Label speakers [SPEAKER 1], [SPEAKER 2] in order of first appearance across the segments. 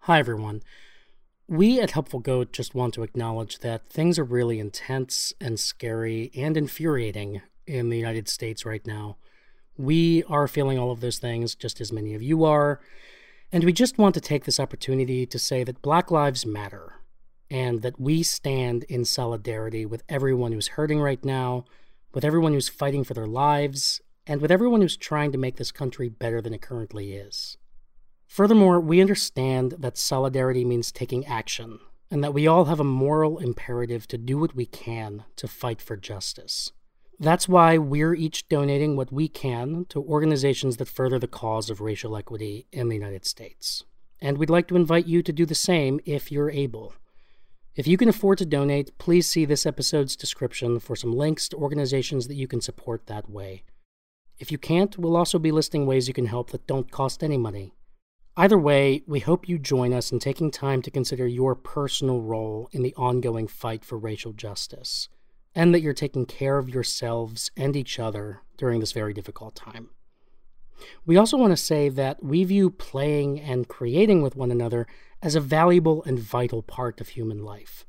[SPEAKER 1] Hi, everyone. We at Helpful Goat just want to acknowledge that things are really intense and scary and infuriating in the United States right now. We are feeling all of those things, just as many of you are. And we just want to take this opportunity to say that Black Lives Matter and that we stand in solidarity with everyone who's hurting right now, with everyone who's fighting for their lives, and with everyone who's trying to make this country better than it currently is. Furthermore, we understand that solidarity means taking action, and that we all have a moral imperative to do what we can to fight for justice. That's why we're each donating what we can to organizations that further the cause of racial equity in the United States. And we'd like to invite you to do the same if you're able. If you can afford to donate, please see this episode's description for some links to organizations that you can support that way. If you can't, we'll also be listing ways you can help that don't cost any money. Either way, we hope you join us in taking time to consider your personal role in the ongoing fight for racial justice, and that you're taking care of yourselves and each other during this very difficult time. We also want to say that we view playing and creating with one another as a valuable and vital part of human life.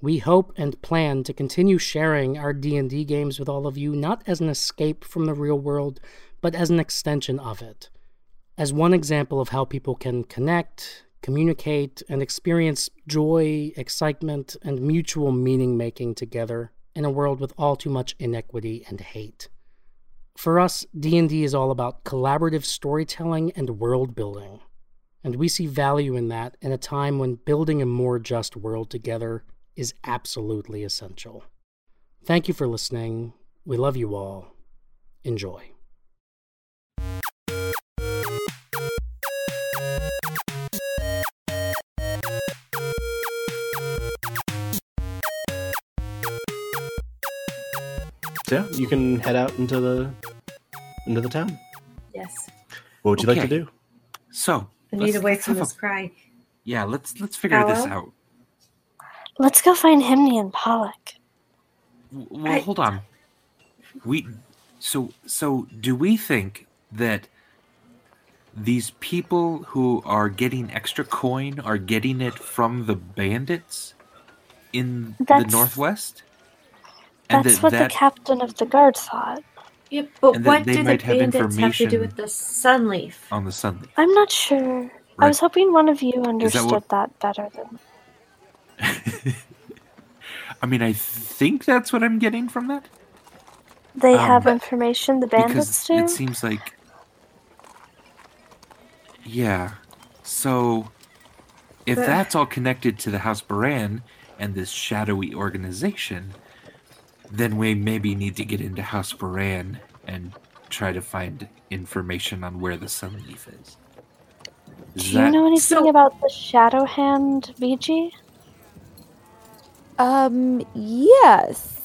[SPEAKER 1] We hope and plan to continue sharing our D&D games with all of you not as an escape from the real world, but as an extension of it as one example of how people can connect, communicate, and experience joy, excitement, and mutual meaning making together in a world with all too much inequity and hate. For us, D&D is all about collaborative storytelling and world building, and we see value in that in a time when building a more just world together is absolutely essential. Thank you for listening. We love you all. Enjoy.
[SPEAKER 2] So you can head out into the into the town.
[SPEAKER 3] Yes.
[SPEAKER 2] What would you like
[SPEAKER 4] Okay.
[SPEAKER 2] to do?
[SPEAKER 4] So
[SPEAKER 3] I
[SPEAKER 4] let's-
[SPEAKER 3] need away
[SPEAKER 4] let's
[SPEAKER 3] from
[SPEAKER 4] have
[SPEAKER 3] this cry.
[SPEAKER 4] a- yeah, let's let's figure this
[SPEAKER 3] Hello?
[SPEAKER 4] out.
[SPEAKER 5] Let's go find Himni and Pollock.
[SPEAKER 4] W- Well,
[SPEAKER 3] I-
[SPEAKER 4] hold on. We so so do we think that these people who are getting extra coin are getting it from the bandits in the
[SPEAKER 5] That's-
[SPEAKER 4] northwest?
[SPEAKER 5] That's what the captain of the guard thought.
[SPEAKER 3] Yep, but
[SPEAKER 4] And then
[SPEAKER 3] what
[SPEAKER 4] they
[SPEAKER 3] do the
[SPEAKER 4] might have
[SPEAKER 3] bandits have to do
[SPEAKER 4] information-
[SPEAKER 3] with the sunleaf?
[SPEAKER 4] on the Sunday.
[SPEAKER 5] I'm not sure.
[SPEAKER 4] Right.
[SPEAKER 5] I was hoping one of you
[SPEAKER 4] Is that
[SPEAKER 5] understood
[SPEAKER 4] what-
[SPEAKER 5] that, better than
[SPEAKER 4] I mean, I think that's what I'm getting from that.
[SPEAKER 5] they
[SPEAKER 4] Um,
[SPEAKER 5] have
[SPEAKER 4] but-
[SPEAKER 5] information the
[SPEAKER 4] because
[SPEAKER 5] bandits do.
[SPEAKER 4] it seems like yeah so if
[SPEAKER 3] But-
[SPEAKER 4] that's all connected to the house baran and this shadowy organization then we maybe need to get into house baran and try to find information on where the sunleaf is
[SPEAKER 5] do
[SPEAKER 4] Is
[SPEAKER 5] you know anything
[SPEAKER 3] So-
[SPEAKER 5] about the shadow hand, VG?
[SPEAKER 6] Um, yes.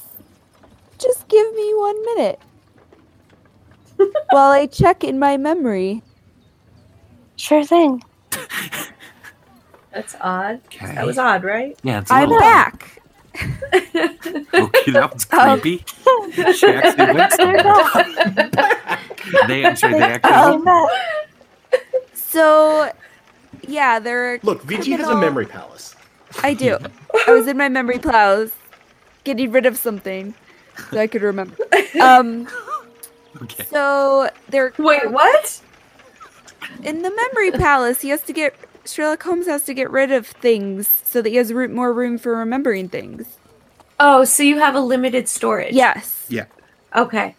[SPEAKER 6] Just give me one minute. While I check in my memory.
[SPEAKER 5] Sure thing.
[SPEAKER 3] That's odd.
[SPEAKER 4] okay
[SPEAKER 3] That was odd, right?
[SPEAKER 4] yeah it's a
[SPEAKER 6] I'm
[SPEAKER 4] little
[SPEAKER 6] back.
[SPEAKER 4] okay that was
[SPEAKER 6] Um,
[SPEAKER 4] creepy she actually went somewhere. they, I'm sorry, they actually
[SPEAKER 5] Came back.
[SPEAKER 6] So, yeah, there are.
[SPEAKER 2] Look, VG has a
[SPEAKER 6] criminal-
[SPEAKER 2] memory palace.
[SPEAKER 6] I do. I was in my memory plows, getting rid of something so I could remember. Um,
[SPEAKER 4] okay
[SPEAKER 6] so they're
[SPEAKER 3] Wait, what?
[SPEAKER 6] in the memory palace. He has to get Sherlock Holmes has to get rid of things so that he has roo- more room for remembering things.
[SPEAKER 3] Oh, so you have a limited storage?
[SPEAKER 6] Yes,
[SPEAKER 2] Yeah.
[SPEAKER 3] Okay.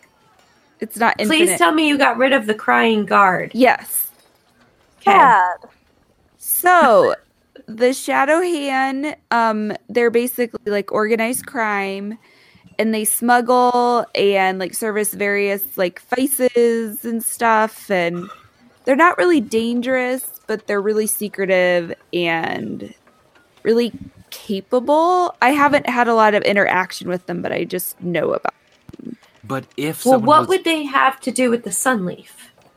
[SPEAKER 6] it's not infinite.
[SPEAKER 3] Please tell me you got rid of the crying guard.
[SPEAKER 6] Yes.
[SPEAKER 3] Okay.
[SPEAKER 5] Bad.
[SPEAKER 6] So, the Shadow Hand, um, they're basically like organized crime, and they smuggle and like service various like vices and stuff, and they're not really dangerous, but they're really secretive and really capable. I haven't had a lot of interaction with them, but I just know about.
[SPEAKER 4] but if
[SPEAKER 3] Well,
[SPEAKER 4] someone
[SPEAKER 3] what
[SPEAKER 4] was,
[SPEAKER 3] would they have to do with the sunleaf?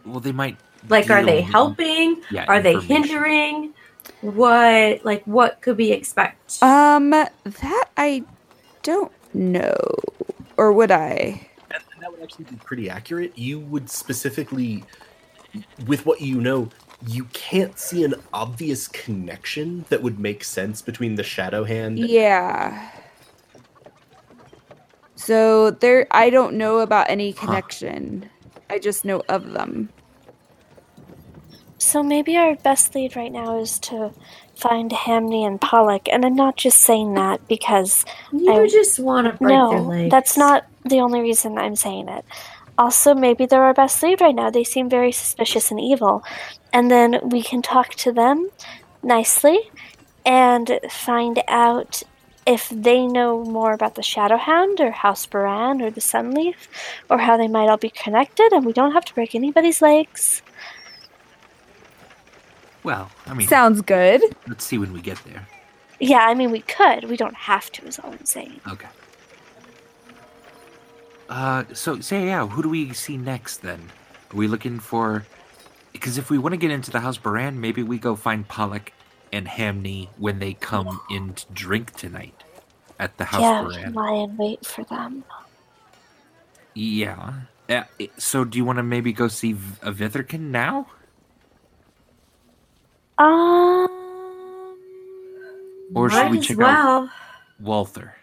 [SPEAKER 4] well they might
[SPEAKER 3] Like, are they
[SPEAKER 4] deal-
[SPEAKER 3] helping?
[SPEAKER 4] yeah,
[SPEAKER 3] Are they
[SPEAKER 4] information.
[SPEAKER 3] hindering? What, like, what could we expect?
[SPEAKER 6] Um, that I don't know, or would I?
[SPEAKER 2] And and that would actually be pretty accurate. You would specifically, with what you know,
[SPEAKER 7] you can't see an obvious connection that would make sense between the shadow hand
[SPEAKER 6] Yeah. So there, I don't know about any connection. I just know of them.
[SPEAKER 5] So maybe our best lead right now is to find Hamney and Pollock, and I'm not just saying that because
[SPEAKER 3] You
[SPEAKER 5] I-
[SPEAKER 3] just want to break their
[SPEAKER 5] no,
[SPEAKER 3] legs.
[SPEAKER 5] that's not the only reason I'm saying it. Also, maybe they're our best lead right now. They seem very suspicious and evil, and then we can talk to them nicely and find out if they know more about the Shadowhound or House Baran or the Sunleaf, or how they might all be connected. And we don't have to break anybody's legs.
[SPEAKER 4] Well, I mean,
[SPEAKER 6] Sounds good.
[SPEAKER 4] let's see when we get there.
[SPEAKER 5] Yeah, I mean, we could. We don't have to, is all I'm saying.
[SPEAKER 4] Okay. Uh, so say yeah, who do we see next then? Are we looking for? Because if we want to get into the house Baran, maybe we go find Pollock and Hamney when they come in to drink tonight at the house
[SPEAKER 5] yeah, we
[SPEAKER 4] Baran.
[SPEAKER 5] can lie in wait for them.
[SPEAKER 4] Yeah. Uh, i- so do you want to maybe go see V- a Vitherkin now?
[SPEAKER 5] Um,
[SPEAKER 4] Or should
[SPEAKER 3] Might
[SPEAKER 4] we
[SPEAKER 3] as
[SPEAKER 4] check out
[SPEAKER 3] well.
[SPEAKER 4] Walther?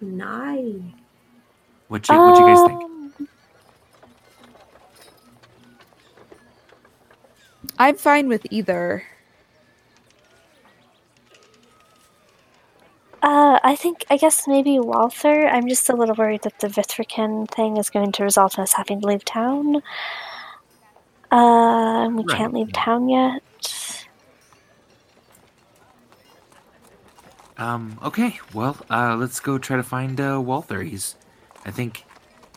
[SPEAKER 3] Nice.
[SPEAKER 4] What you, what you
[SPEAKER 3] Uh,
[SPEAKER 4] guys think?
[SPEAKER 5] um,
[SPEAKER 6] I'm fine with either.
[SPEAKER 5] Uh, I think I guess maybe Walther. I'm just a little worried that the Vithrican thing is going to result in us having to leave town. Uh, and we
[SPEAKER 4] Right,
[SPEAKER 5] can't leave
[SPEAKER 4] yeah.
[SPEAKER 5] town yet.
[SPEAKER 4] Um, okay, well, uh, let's go try to find uh, Walther. He's, I think,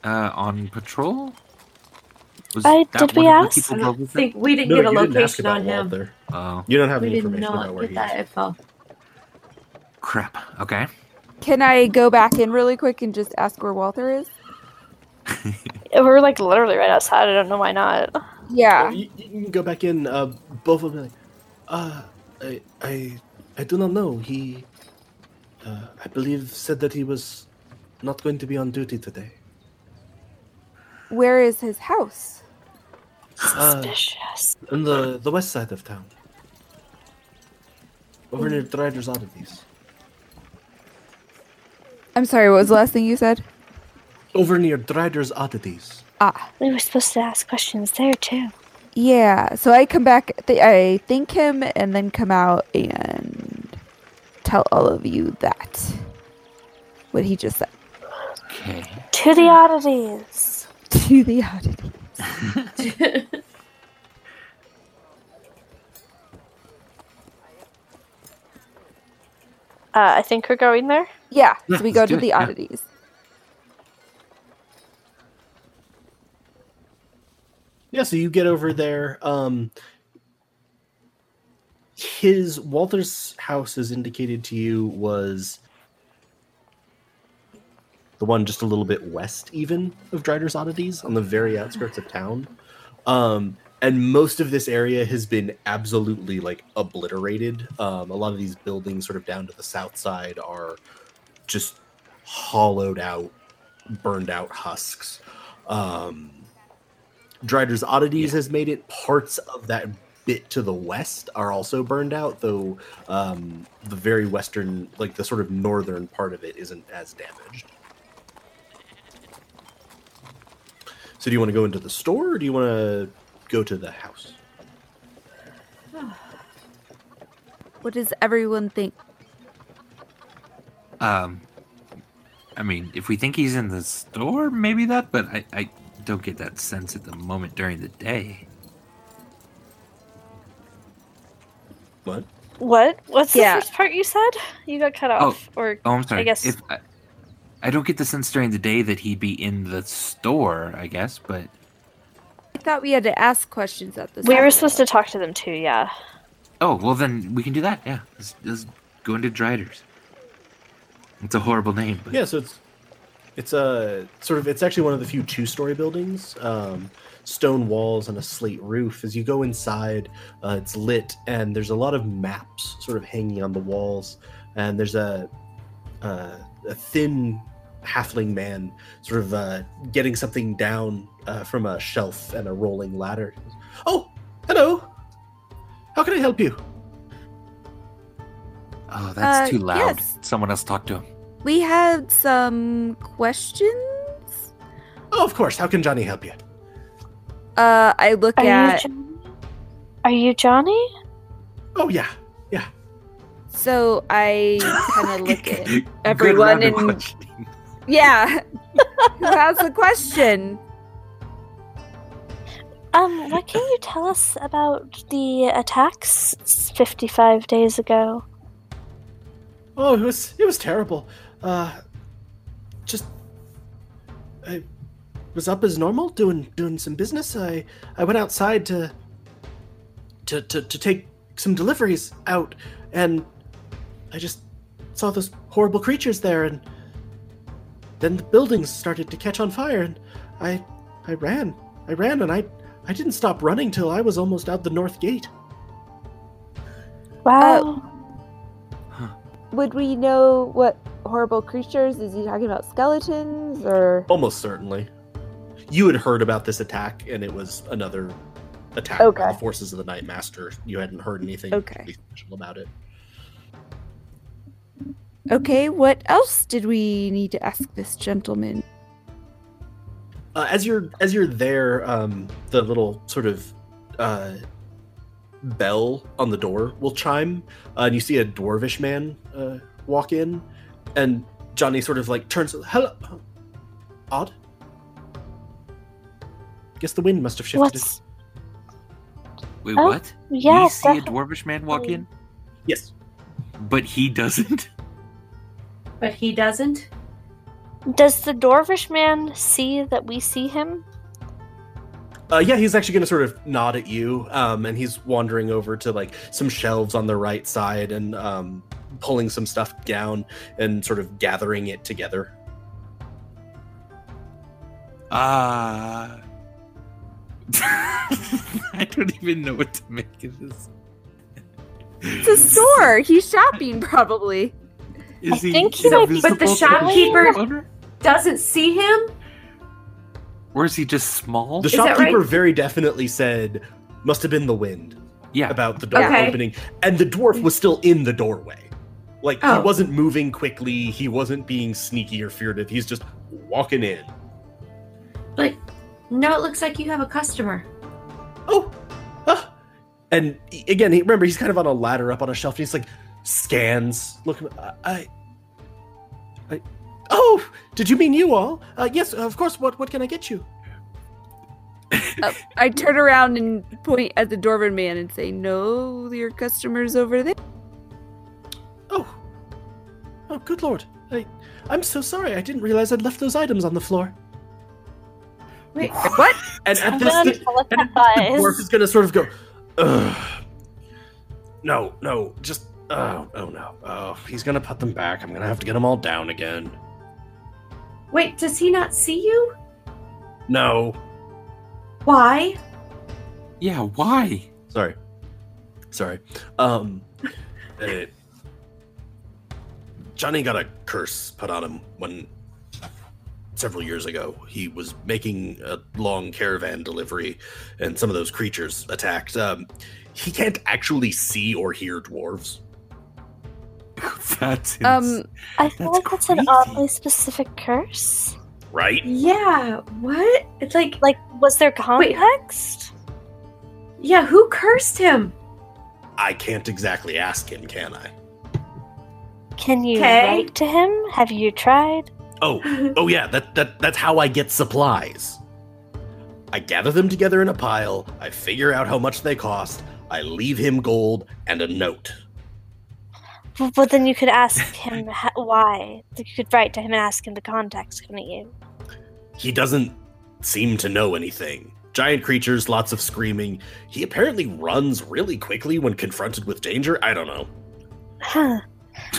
[SPEAKER 4] uh, on patrol. Was
[SPEAKER 5] I-
[SPEAKER 4] that
[SPEAKER 5] Uh, did we
[SPEAKER 4] one of the
[SPEAKER 5] ask?
[SPEAKER 3] I
[SPEAKER 4] people
[SPEAKER 3] don't
[SPEAKER 4] Walther-
[SPEAKER 3] think we didn't
[SPEAKER 7] No,
[SPEAKER 3] get a
[SPEAKER 7] you didn't ask
[SPEAKER 3] location
[SPEAKER 7] about
[SPEAKER 3] on him.
[SPEAKER 7] Walther.
[SPEAKER 4] Oh
[SPEAKER 7] You don't have
[SPEAKER 3] We
[SPEAKER 7] any
[SPEAKER 3] did
[SPEAKER 7] information about
[SPEAKER 3] not
[SPEAKER 7] where
[SPEAKER 3] get
[SPEAKER 7] he
[SPEAKER 3] that
[SPEAKER 7] is.
[SPEAKER 3] info.
[SPEAKER 4] crap! Okay,
[SPEAKER 6] Can I go back in really quick and just ask where Walter is?
[SPEAKER 5] We're like literally right outside. I don't know why not.
[SPEAKER 4] Uh. Oh,
[SPEAKER 6] Yeah.
[SPEAKER 7] You, you can go back in. Uh, both of them. Like, uh, I, I, I do not know. He, uh, I believe, said that he was not going to be on duty today.
[SPEAKER 6] Where is his house?
[SPEAKER 7] Uh,
[SPEAKER 5] Suspicious.
[SPEAKER 7] on the the west side of town, over near Dryder's Oddities.
[SPEAKER 6] I'm sorry, what was the last thing you said?
[SPEAKER 7] Over near Dryder's Oddities.
[SPEAKER 6] Ah,
[SPEAKER 5] We were supposed to ask questions there too.
[SPEAKER 6] yeah. So I come back, th- I thank him, and then come out and tell all of you that. What he just said.
[SPEAKER 4] okay.
[SPEAKER 5] To
[SPEAKER 4] Hmm.
[SPEAKER 5] the oddities.
[SPEAKER 6] To the oddity.
[SPEAKER 5] Uh, I think we're going there.
[SPEAKER 6] Yeah,
[SPEAKER 4] Yeah,
[SPEAKER 6] so we
[SPEAKER 4] let's
[SPEAKER 6] go
[SPEAKER 4] do
[SPEAKER 6] to
[SPEAKER 4] it,
[SPEAKER 6] the
[SPEAKER 4] yeah.
[SPEAKER 6] oddities.
[SPEAKER 7] Yeah, so you get over there. Um, his Walter's house, as indicated to you, was the one just a little bit west, even of Dryder's Oddities, on the very outskirts of town. Um, and most of this area has been absolutely like obliterated. Um, a lot of these buildings, sort of down to the south side, are just hollowed out, burned out husks. Um, Dryder's Oddities has made it. Parts of that bit to the west are also burned out, though um, the very western, like the sort of northern part of it, isn't as damaged. So, do you want to go into the store, or do you want to go to the house?
[SPEAKER 6] What does everyone think?
[SPEAKER 4] Um, I mean, if we think he's in the store, maybe that. But I, I don't get that sense at the moment during the day.
[SPEAKER 7] What?
[SPEAKER 5] What? What's
[SPEAKER 6] Yeah.
[SPEAKER 5] the first part you said? You got cut off, or
[SPEAKER 4] Oh, I'm sorry.
[SPEAKER 5] guess-
[SPEAKER 4] if I, I don't get the sense during the day that he'd be in the store. I guess, but
[SPEAKER 6] I thought we had to ask questions at this
[SPEAKER 5] we were supposed to talk to them too. Yeah.
[SPEAKER 4] Oh, well, then we can do that. Yeah. Let's, let's go into Driders. It's a horrible name, but
[SPEAKER 7] Yeah, so it's it's a sort of it's actually one of the few two-story buildings. Um, stone walls and a slate roof. As you go inside, uh, it's lit and there's a lot of maps sort of hanging on the walls, and there's a a, a uh, thin halfling man sort of uh, getting something down uh, from a shelf and a rolling ladder. Oh, hello. How can I help you?
[SPEAKER 4] Oh, that's
[SPEAKER 6] Uh,
[SPEAKER 4] too loud.
[SPEAKER 6] yes.
[SPEAKER 4] Someone else talk to him.
[SPEAKER 6] We had some questions.
[SPEAKER 7] Oh, of course. How can Johnny help you?
[SPEAKER 6] Uh, I look
[SPEAKER 5] Are
[SPEAKER 6] at
[SPEAKER 5] you Johnny? Are you Johnny?
[SPEAKER 7] Oh, yeah.
[SPEAKER 6] so I kind of look at
[SPEAKER 4] Good
[SPEAKER 6] everyone
[SPEAKER 4] round of
[SPEAKER 6] and
[SPEAKER 4] questioning.
[SPEAKER 6] yeah. Who has a question?
[SPEAKER 5] Um, what can you tell us about the attacks 55 days ago?
[SPEAKER 7] Oh, it was it was terrible. Uh, just I was up as normal doing doing some business. I I went outside to to to, to take some deliveries out, and I just saw those horrible creatures there, and then the buildings started to catch on fire, and I I ran, I ran, and I I didn't stop running till I was almost out the north gate.
[SPEAKER 4] Uh,
[SPEAKER 5] Wow.
[SPEAKER 6] Would we know what horrible creatures is he talking about? Skeletons or
[SPEAKER 7] Almost certainly. You had heard about this attack, and it was another attack by
[SPEAKER 6] Okay.
[SPEAKER 7] the forces of the Night Master. You hadn't heard anything
[SPEAKER 6] Okay.
[SPEAKER 7] really special about it.
[SPEAKER 6] okay? What else did we need to ask this gentleman?
[SPEAKER 7] Uh, as you're as you're there, um, the little sort of uh, bell on the door will chime, uh, and you see a dwarvish man uh, walk in, and Johnny sort of like turns. Hello, odd. Guess the wind must have shifted.
[SPEAKER 5] What's.
[SPEAKER 4] Wait,
[SPEAKER 5] Oh,
[SPEAKER 4] what? you
[SPEAKER 5] Yes.
[SPEAKER 4] see a
[SPEAKER 5] definitely.
[SPEAKER 4] dwarvish man walk in,
[SPEAKER 7] Yes.
[SPEAKER 4] but he doesn't.
[SPEAKER 3] But he doesn't.
[SPEAKER 5] Does the dwarvish man see that we see him?
[SPEAKER 7] Uh, yeah, he's actually going to sort of nod at you, um, and he's wandering over to like some shelves on the right side and um, pulling some stuff down and sort of gathering it together.
[SPEAKER 4] Uh I don't even know what to make of this.
[SPEAKER 6] It's a store. He's shopping probably.
[SPEAKER 4] Is
[SPEAKER 5] I think he
[SPEAKER 4] is
[SPEAKER 5] might be-
[SPEAKER 3] But the
[SPEAKER 4] visible to
[SPEAKER 3] shopkeeper-
[SPEAKER 4] shop owner?
[SPEAKER 3] Doesn't see him.
[SPEAKER 4] or is he just small?
[SPEAKER 7] The
[SPEAKER 3] Is that
[SPEAKER 7] shopkeeper
[SPEAKER 3] right?
[SPEAKER 7] very definitely said, "Must have been the wind."
[SPEAKER 4] yeah.
[SPEAKER 7] about the door
[SPEAKER 3] Okay.
[SPEAKER 7] opening, and the dwarf was still in the doorway. Like he
[SPEAKER 3] Oh.
[SPEAKER 7] wasn't moving quickly, he wasn't being sneaky or furtive. He's just walking in.
[SPEAKER 3] Like, no, it looks like you have a customer.
[SPEAKER 7] oh, ah. and he- again, he, remember he's kind of on a ladder up on a shelf. And he's like scans, looking. I, I, I, oh, did you mean you all? Uh, yes, of course. What what can I get you?
[SPEAKER 6] I turn around and point at the Dorvan man and say, "No, your customer's over there."
[SPEAKER 7] Oh, oh, good lord. I, I'm so sorry. I didn't realize I'd left those items on the floor.
[SPEAKER 3] Wait,
[SPEAKER 6] What?
[SPEAKER 7] And at
[SPEAKER 5] I'm
[SPEAKER 7] this,
[SPEAKER 5] gonna
[SPEAKER 7] the dwarf
[SPEAKER 5] telepathize.
[SPEAKER 7] is gonna sort of go, Ugh. no, no, just oh, oh no, oh, he's gonna put them back. I'm gonna have to get them all down again.
[SPEAKER 3] wait, does he not see you?
[SPEAKER 7] No,
[SPEAKER 3] Why?
[SPEAKER 4] yeah, why?
[SPEAKER 7] sorry, sorry. Um, uh, Johnny got a curse put on him when several years ago he was making a long caravan delivery, and some of those creatures attacked. Um, he can't actually see or hear dwarves.
[SPEAKER 4] That's ins-
[SPEAKER 6] Um,
[SPEAKER 5] I feel
[SPEAKER 4] That's
[SPEAKER 5] like that's an
[SPEAKER 4] crazy.
[SPEAKER 5] oddly specific curse.
[SPEAKER 7] Right?
[SPEAKER 3] Yeah, what? It's like,
[SPEAKER 5] Like, was there context?
[SPEAKER 3] yeah, who cursed him?
[SPEAKER 7] I can't exactly ask him, can I?
[SPEAKER 5] Can you
[SPEAKER 3] Okay.
[SPEAKER 5] write to him? Have you tried?
[SPEAKER 7] Oh, oh yeah, that, that that's how I get supplies. I gather them together in a pile, I figure out how much they cost, I leave him gold and a note.
[SPEAKER 5] Well, But then you could ask him ha- why. You could write to him and ask him the context, couldn't you?
[SPEAKER 7] He doesn't seem to know anything. Giant creatures, lots of screaming. He apparently runs really quickly when confronted with danger. I don't know.
[SPEAKER 5] Huh.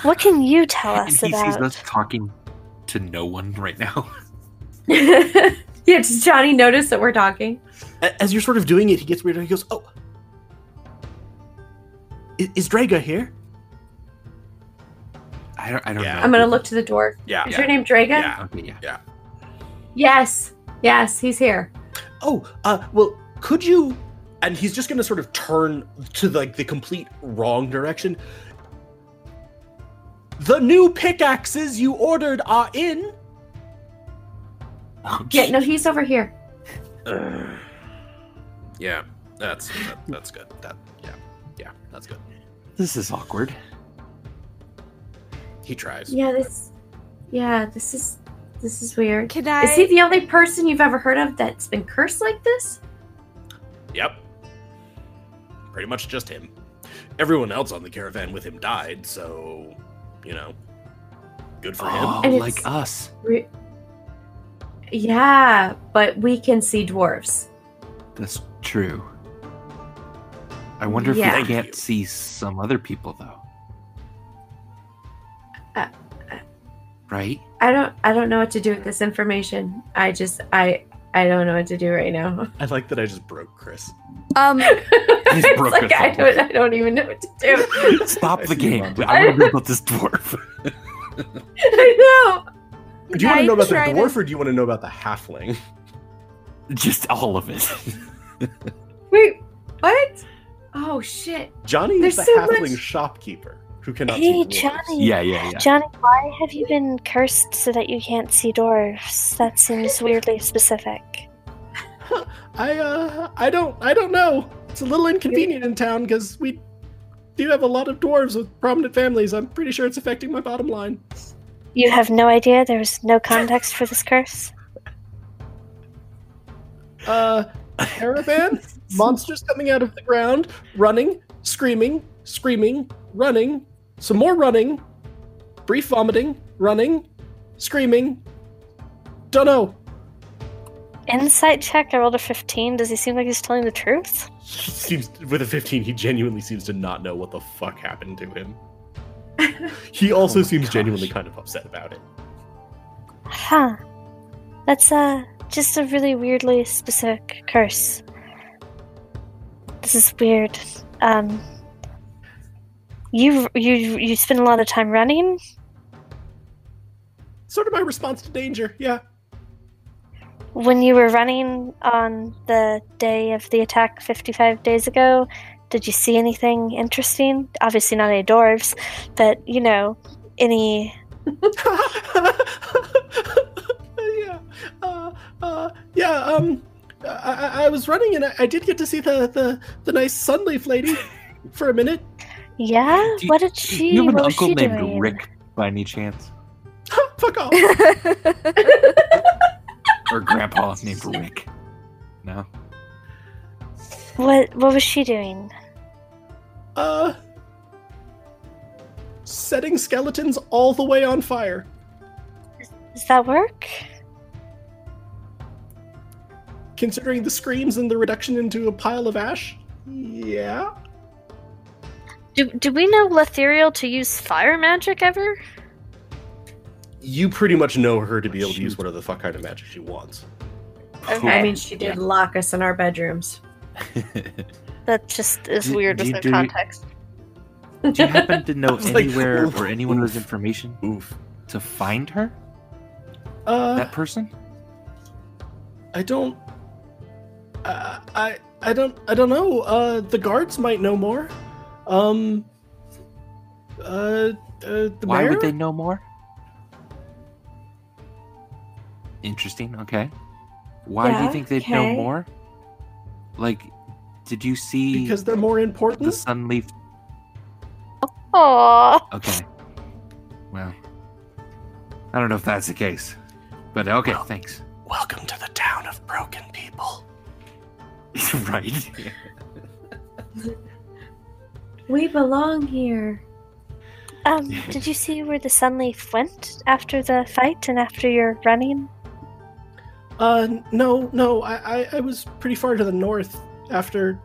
[SPEAKER 5] What can you tell
[SPEAKER 4] and
[SPEAKER 5] us
[SPEAKER 4] he sees
[SPEAKER 5] about?
[SPEAKER 4] us talking to no one right now.
[SPEAKER 3] yeah, does Johnny notice that we're talking?
[SPEAKER 7] A- As you're sort of doing it, he gets weirder. He goes, "Oh, I- is Draga here?"
[SPEAKER 4] I I don't. I don't
[SPEAKER 7] Yeah.
[SPEAKER 4] know.
[SPEAKER 3] I'm gonna look to the dwarf.
[SPEAKER 7] Yeah.
[SPEAKER 3] Is
[SPEAKER 4] Yeah.
[SPEAKER 3] your name Dragon?
[SPEAKER 7] Yeah.
[SPEAKER 4] Okay, yeah.
[SPEAKER 3] Yes. Yes, he's here.
[SPEAKER 7] Oh, uh, well, could you? And he's just gonna sort of turn to like the complete wrong direction. The new pickaxes you ordered are in.
[SPEAKER 4] Oh,
[SPEAKER 3] Yeah, no, he's over here.
[SPEAKER 7] yeah, that's that, that's good. That yeah, yeah, that's good.
[SPEAKER 4] This is awkward.
[SPEAKER 7] He tries.
[SPEAKER 3] Yeah, this Yeah, this is this is weird.
[SPEAKER 6] Can I?
[SPEAKER 3] Is he the only person you've ever heard of that's been cursed like this?
[SPEAKER 7] Yep. Pretty much just him. Everyone else on the caravan with him died, so you know, good for
[SPEAKER 4] Oh,
[SPEAKER 3] And
[SPEAKER 4] like
[SPEAKER 3] it's-
[SPEAKER 4] us.
[SPEAKER 3] Re- yeah, but we can see dwarves.
[SPEAKER 4] That's true. I wonder if
[SPEAKER 3] Yeah.
[SPEAKER 4] we
[SPEAKER 7] Thank
[SPEAKER 4] can't
[SPEAKER 7] you.
[SPEAKER 4] see some other people though.
[SPEAKER 3] Uh, uh.
[SPEAKER 4] right?
[SPEAKER 3] I don't I don't know what to do with this information. I just I I don't know what to do right now.
[SPEAKER 7] I like that I just broke Chris.
[SPEAKER 6] um,
[SPEAKER 3] it's
[SPEAKER 4] broke
[SPEAKER 3] like
[SPEAKER 4] at
[SPEAKER 3] I
[SPEAKER 4] some
[SPEAKER 3] don't I don't even know what to do.
[SPEAKER 4] Stop
[SPEAKER 7] I
[SPEAKER 4] the
[SPEAKER 7] see
[SPEAKER 4] game.
[SPEAKER 7] Robert.
[SPEAKER 4] I want to read about this dwarf.
[SPEAKER 3] I know.
[SPEAKER 7] Do you want to
[SPEAKER 6] I
[SPEAKER 7] know about the
[SPEAKER 6] try to-
[SPEAKER 7] dwarf or do you want to know about the halfling?
[SPEAKER 4] Just all of it.
[SPEAKER 3] Wait, what? Oh shit.
[SPEAKER 7] Johnny
[SPEAKER 3] There's
[SPEAKER 7] is the
[SPEAKER 3] so
[SPEAKER 7] halfling
[SPEAKER 3] much-
[SPEAKER 7] shopkeeper who cannot
[SPEAKER 5] Hey,
[SPEAKER 7] see dwarves.
[SPEAKER 5] Johnny.
[SPEAKER 4] yeah, yeah, yeah.
[SPEAKER 5] Johnny, why have you been cursed so that you can't see dwarves? That seems weirdly specific.
[SPEAKER 7] I uh, I don't, I don't know. It's a little inconvenient in town because we do have a lot of dwarves with prominent families. I'm pretty sure it's affecting my bottom line.
[SPEAKER 5] You have no idea? There was no context for this curse?
[SPEAKER 7] Uh, caravan, monsters coming out of the ground, running, screaming, screaming, running, some more running, brief vomiting, running, screaming. Don't know.
[SPEAKER 5] Insight check, I rolled a 15. Does he seem like he's telling the truth?
[SPEAKER 7] seems with a 15 he genuinely seems to not know what the fuck happened to him he also
[SPEAKER 4] Oh my
[SPEAKER 7] seems
[SPEAKER 4] gosh.
[SPEAKER 7] genuinely kind of upset about it
[SPEAKER 5] Huh. That's, uh, just a really weirdly specific curse. This is weird. Um. You, you you spend a lot of time running.
[SPEAKER 7] sort of my response to danger yeah
[SPEAKER 5] When you were running on the day of the attack 55 days ago, did you see anything interesting? Obviously, not any dwarves, but you know, any
[SPEAKER 7] yeah uh, uh, yeah um I, I- I was running and I, I did get to see the, the the nice sunleaf lady for a minute
[SPEAKER 5] Yeah?
[SPEAKER 4] Do you-
[SPEAKER 5] what did she
[SPEAKER 4] you have an
[SPEAKER 5] what was
[SPEAKER 4] uncle
[SPEAKER 5] she
[SPEAKER 4] named
[SPEAKER 5] doing?
[SPEAKER 4] Rick by any chance?
[SPEAKER 7] fuck off
[SPEAKER 4] Or grandpa named Rick? No?
[SPEAKER 5] What what was she doing?
[SPEAKER 7] uh setting skeletons all the way on fire
[SPEAKER 5] Does that work?
[SPEAKER 7] considering the screams and the reduction into a pile of ash yeah
[SPEAKER 5] Do do we know Letherial to use fire magic ever?
[SPEAKER 7] you pretty much know her to be able to
[SPEAKER 4] Shoot.
[SPEAKER 7] use whatever the fuck kind of magic she wants.
[SPEAKER 3] I mean she did lock us in our bedrooms.
[SPEAKER 5] That just is
[SPEAKER 4] Do-
[SPEAKER 5] weird
[SPEAKER 4] do you-
[SPEAKER 5] with no
[SPEAKER 4] do you-
[SPEAKER 5] context.
[SPEAKER 4] Do you happen to know
[SPEAKER 7] was like,
[SPEAKER 4] anywhere
[SPEAKER 7] oof,
[SPEAKER 4] or anyone with
[SPEAKER 7] oof.
[SPEAKER 4] information
[SPEAKER 7] Oof.
[SPEAKER 4] to find her?
[SPEAKER 7] Uh,
[SPEAKER 4] That person?
[SPEAKER 7] I don't. Uh, I I don't I don't know. Uh, the guards might know more. Um. Uh, uh the
[SPEAKER 4] Why
[SPEAKER 7] mayor?
[SPEAKER 4] would they know more? Interesting. Okay. Why do
[SPEAKER 3] Yeah,
[SPEAKER 4] you think they'd know
[SPEAKER 3] okay.
[SPEAKER 4] more? Like, did you see
[SPEAKER 7] Because they're more
[SPEAKER 4] the
[SPEAKER 7] important.
[SPEAKER 4] sunleaf?
[SPEAKER 5] Aww.
[SPEAKER 4] Okay. Well, I don't know if that's the case, but okay. Thanks.
[SPEAKER 7] Welcome to the town of broken people.
[SPEAKER 4] right.
[SPEAKER 3] We belong here.
[SPEAKER 5] Um, did you see where the sunleaf went after the fight and after your running?
[SPEAKER 7] Uh, no, no. I, I I was pretty far to the north after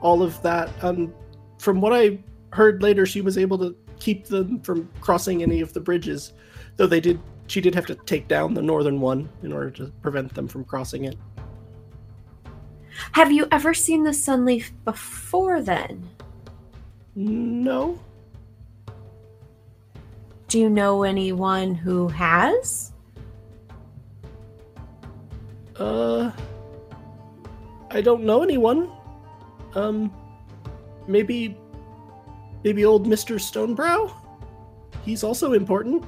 [SPEAKER 7] all of that. Um, from what I heard later, she was able to keep them from crossing any of the bridges, though they did. She did have to take down the northern one in order to prevent them from crossing it.
[SPEAKER 3] Have you ever seen the sunleaf before then?
[SPEAKER 7] No.
[SPEAKER 3] Do you know anyone who has?
[SPEAKER 2] Uh, I don't know anyone. Um, maybe, maybe old Mister Stonebrow. He's also important.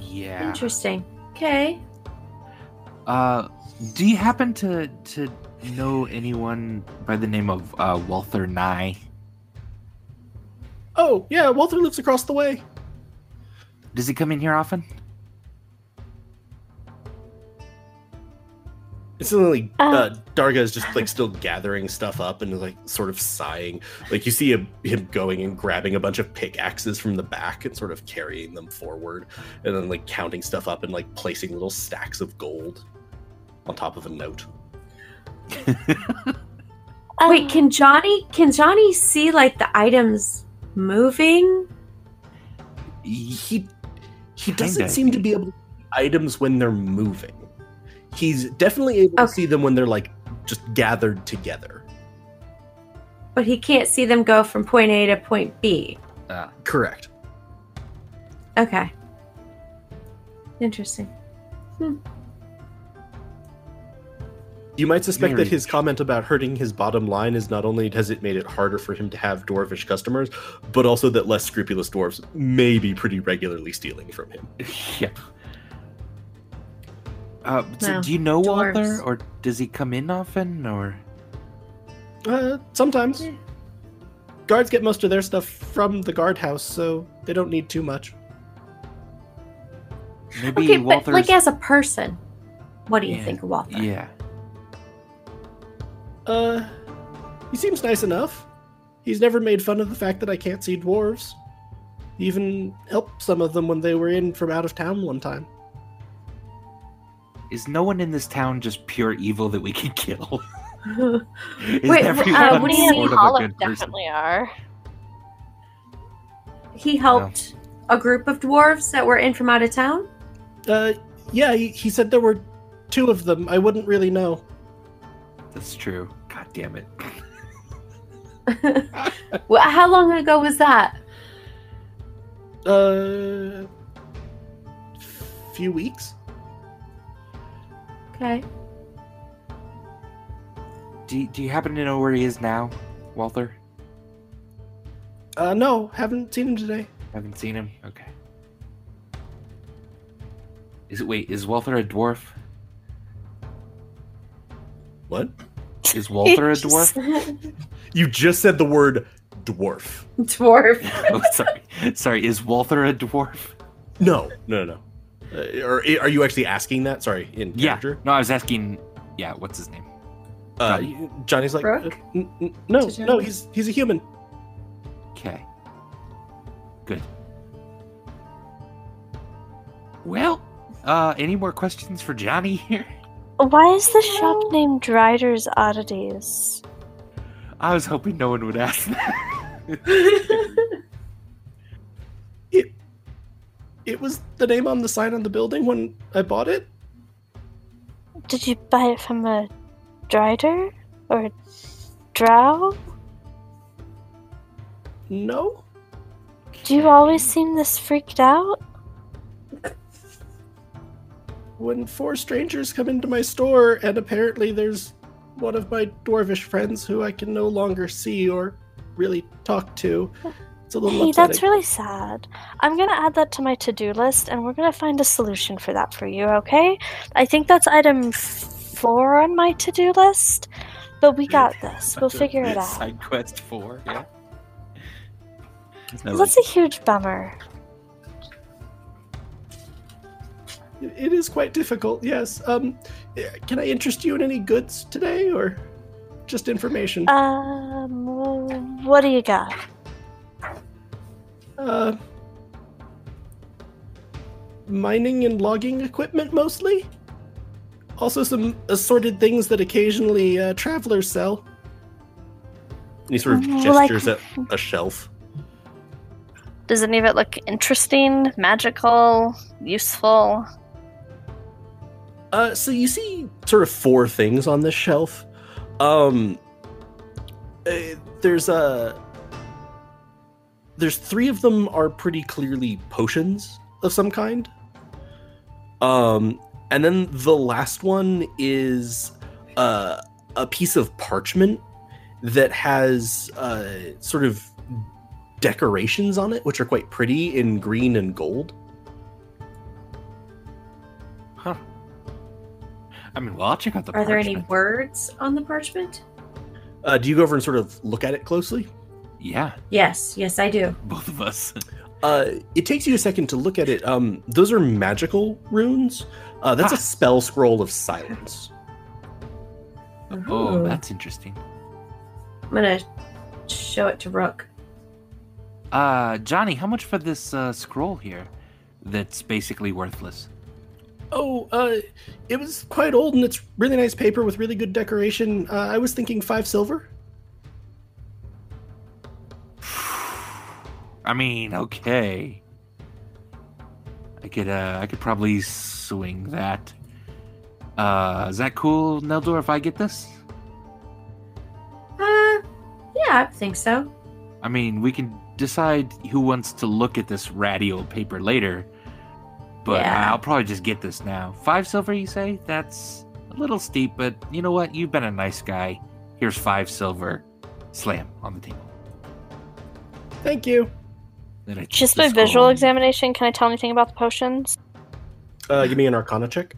[SPEAKER 4] Yeah.
[SPEAKER 3] Interesting. Okay.
[SPEAKER 4] Uh, do you happen to to know anyone by the name of uh, Walther Nye?
[SPEAKER 2] Oh yeah, Walter lives across the way.
[SPEAKER 4] Does he come in here often?
[SPEAKER 7] It's only
[SPEAKER 5] Uh.
[SPEAKER 7] uh, Darga is just like still gathering stuff up and like sort of sighing. Like you see him, him going and grabbing a bunch of pickaxes from the back and sort of carrying them forward, and then like counting stuff up and like placing little stacks of gold on top of a note.
[SPEAKER 5] Um,
[SPEAKER 3] Wait, can Johnny can Johnny see like the items moving?
[SPEAKER 7] He he
[SPEAKER 4] Kinda.
[SPEAKER 7] doesn't seem to be able to see items when they're moving. He's definitely able to
[SPEAKER 3] Okay.
[SPEAKER 7] see them when they're like just gathered together.
[SPEAKER 3] But he can't see them go from point A to point B.
[SPEAKER 4] Uh,
[SPEAKER 7] Correct.
[SPEAKER 3] Okay. Interesting.
[SPEAKER 7] You might suspect
[SPEAKER 4] Very
[SPEAKER 7] that his comment about hurting his bottom line is not only has it made it harder for him to have dwarfish customers, but also that less scrupulous dwarves may be pretty regularly stealing from him.
[SPEAKER 4] yeah. Uh, so
[SPEAKER 3] Wow,
[SPEAKER 4] do you know Walther,
[SPEAKER 3] dwarves.
[SPEAKER 4] or does he come in often, or?
[SPEAKER 2] Uh, sometimes. Guards get most of their stuff from the guardhouse, so they don't need too much.
[SPEAKER 4] Maybe
[SPEAKER 3] Okay, but
[SPEAKER 4] Walther's.
[SPEAKER 3] like as a person, what do you
[SPEAKER 4] Yeah.
[SPEAKER 3] think of Walther?
[SPEAKER 4] yeah.
[SPEAKER 2] Uh, he seems nice enough. He's never made fun of the fact that I can't see dwarves. He even helped some of them when they were in from out of town one time.
[SPEAKER 4] Is no one in this town just pure evil that we can kill? Is
[SPEAKER 3] Wait,
[SPEAKER 4] everyone
[SPEAKER 3] uh, what do you
[SPEAKER 5] me
[SPEAKER 4] sort
[SPEAKER 5] and
[SPEAKER 4] of a
[SPEAKER 5] Hollow
[SPEAKER 4] good person?
[SPEAKER 5] definitely are.
[SPEAKER 3] he helped a group of dwarves that were in from out of town.
[SPEAKER 2] Uh, yeah, he, he said there were two of them. I wouldn't really know.
[SPEAKER 4] That's true. God damn it.
[SPEAKER 3] Well, how long ago was that?
[SPEAKER 2] Uh, few weeks.
[SPEAKER 3] Okay.
[SPEAKER 4] Do, do you happen to know where he is now, Walther?
[SPEAKER 2] Uh, no, haven't seen him today.
[SPEAKER 4] Haven't seen him. Okay. Is it wait? Is Walther a dwarf?
[SPEAKER 7] What?
[SPEAKER 4] Is Walther a dwarf?
[SPEAKER 7] You just said the word dwarf.
[SPEAKER 3] Dwarf.
[SPEAKER 4] oh, sorry. Sorry. Is Walther a dwarf?
[SPEAKER 7] No, no, no. no. Uh, or are you actually asking that? Sorry, in
[SPEAKER 4] Yeah.
[SPEAKER 7] character.
[SPEAKER 4] No, I was asking. Yeah. What's his name?
[SPEAKER 7] Uh, Johnny's like,
[SPEAKER 3] Brooke?
[SPEAKER 7] uh, n- n- no,
[SPEAKER 3] To
[SPEAKER 7] no,
[SPEAKER 3] Johnny?
[SPEAKER 7] he's he's a human.
[SPEAKER 4] Okay. Good. Well, uh, any more questions for Johnny here?
[SPEAKER 5] Why is the
[SPEAKER 3] Oh.
[SPEAKER 5] shop named Dryder's Oddities?
[SPEAKER 4] I was hoping no one would ask that.
[SPEAKER 2] It was the name on the sign on the building when I bought it.
[SPEAKER 5] Did you buy it from a Dryder or a Drow?
[SPEAKER 2] No.
[SPEAKER 5] Do you always seem this freaked out?
[SPEAKER 2] When four strangers come into my store, and apparently there's one of my dwarvish friends who I can no longer see or really talk to. It's a little
[SPEAKER 5] Hey,
[SPEAKER 2] upsetting.
[SPEAKER 5] that's really sad. I'm gonna add that to my to do list and we're gonna find a solution for that for you, okay? I think that's item f- four on my to do list, but we got this. We'll figure it out.
[SPEAKER 4] Side quest four. Yeah.
[SPEAKER 5] That's a huge bummer.
[SPEAKER 2] It is quite difficult, yes. Um, can I interest you in any goods today, or just information?
[SPEAKER 5] Uh, Um, what do you got?
[SPEAKER 2] Uh, mining and logging equipment mostly. Also, some assorted things that occasionally uh, travelers sell.
[SPEAKER 7] And he sort of
[SPEAKER 5] Well, I
[SPEAKER 7] gestures at a shelf.
[SPEAKER 5] Does any of it look interesting, magical, useful?
[SPEAKER 7] Uh, so you see sort of four things on this shelf. Um, uh, there's a uh, there's three of them are pretty clearly potions of some kind. Um, and then the last one is uh, a piece of parchment that has uh, sort of decorations on it, which are quite pretty in green and gold.
[SPEAKER 4] Huh. I mean, well, I'll check out the.
[SPEAKER 3] Are there any
[SPEAKER 4] parchment.
[SPEAKER 3] words on the parchment?
[SPEAKER 7] Uh, do you go over and sort of look at it closely?
[SPEAKER 4] Yeah,
[SPEAKER 3] Yes, yes, I do.
[SPEAKER 4] both of us.
[SPEAKER 7] Uh, it takes you a second to look at it. Um, those are magical runes. Uh, that's a
[SPEAKER 4] Ah.
[SPEAKER 7] spell scroll of silence.
[SPEAKER 4] Oh,
[SPEAKER 3] Ooh.
[SPEAKER 4] that's interesting.
[SPEAKER 3] I'm gonna show it to Rook.
[SPEAKER 4] Uh, Johnny, how much for this uh, scroll here? That's basically worthless.
[SPEAKER 2] Oh,
[SPEAKER 7] Uh, it was quite old and it's really nice paper with really good decoration. Uh, I was thinking five silver.
[SPEAKER 4] I mean, okay. I could uh I could probably swing that. Uh is that cool, Neldor, if I get this?
[SPEAKER 3] Uh, yeah, I think so.
[SPEAKER 4] I mean, we can decide who wants to look at this ratty old paper later. But
[SPEAKER 3] Yeah.
[SPEAKER 4] I'll probably just get this now. Five silver, you say? That's a little steep, but you know what? You've been a nice guy. Here's five silver. Slam on the table.
[SPEAKER 2] thank you.
[SPEAKER 4] Then I
[SPEAKER 5] Just
[SPEAKER 4] the
[SPEAKER 5] by visual
[SPEAKER 4] scroll.
[SPEAKER 5] examination, can I tell anything about the potions?
[SPEAKER 7] Uh, give me an arcana check.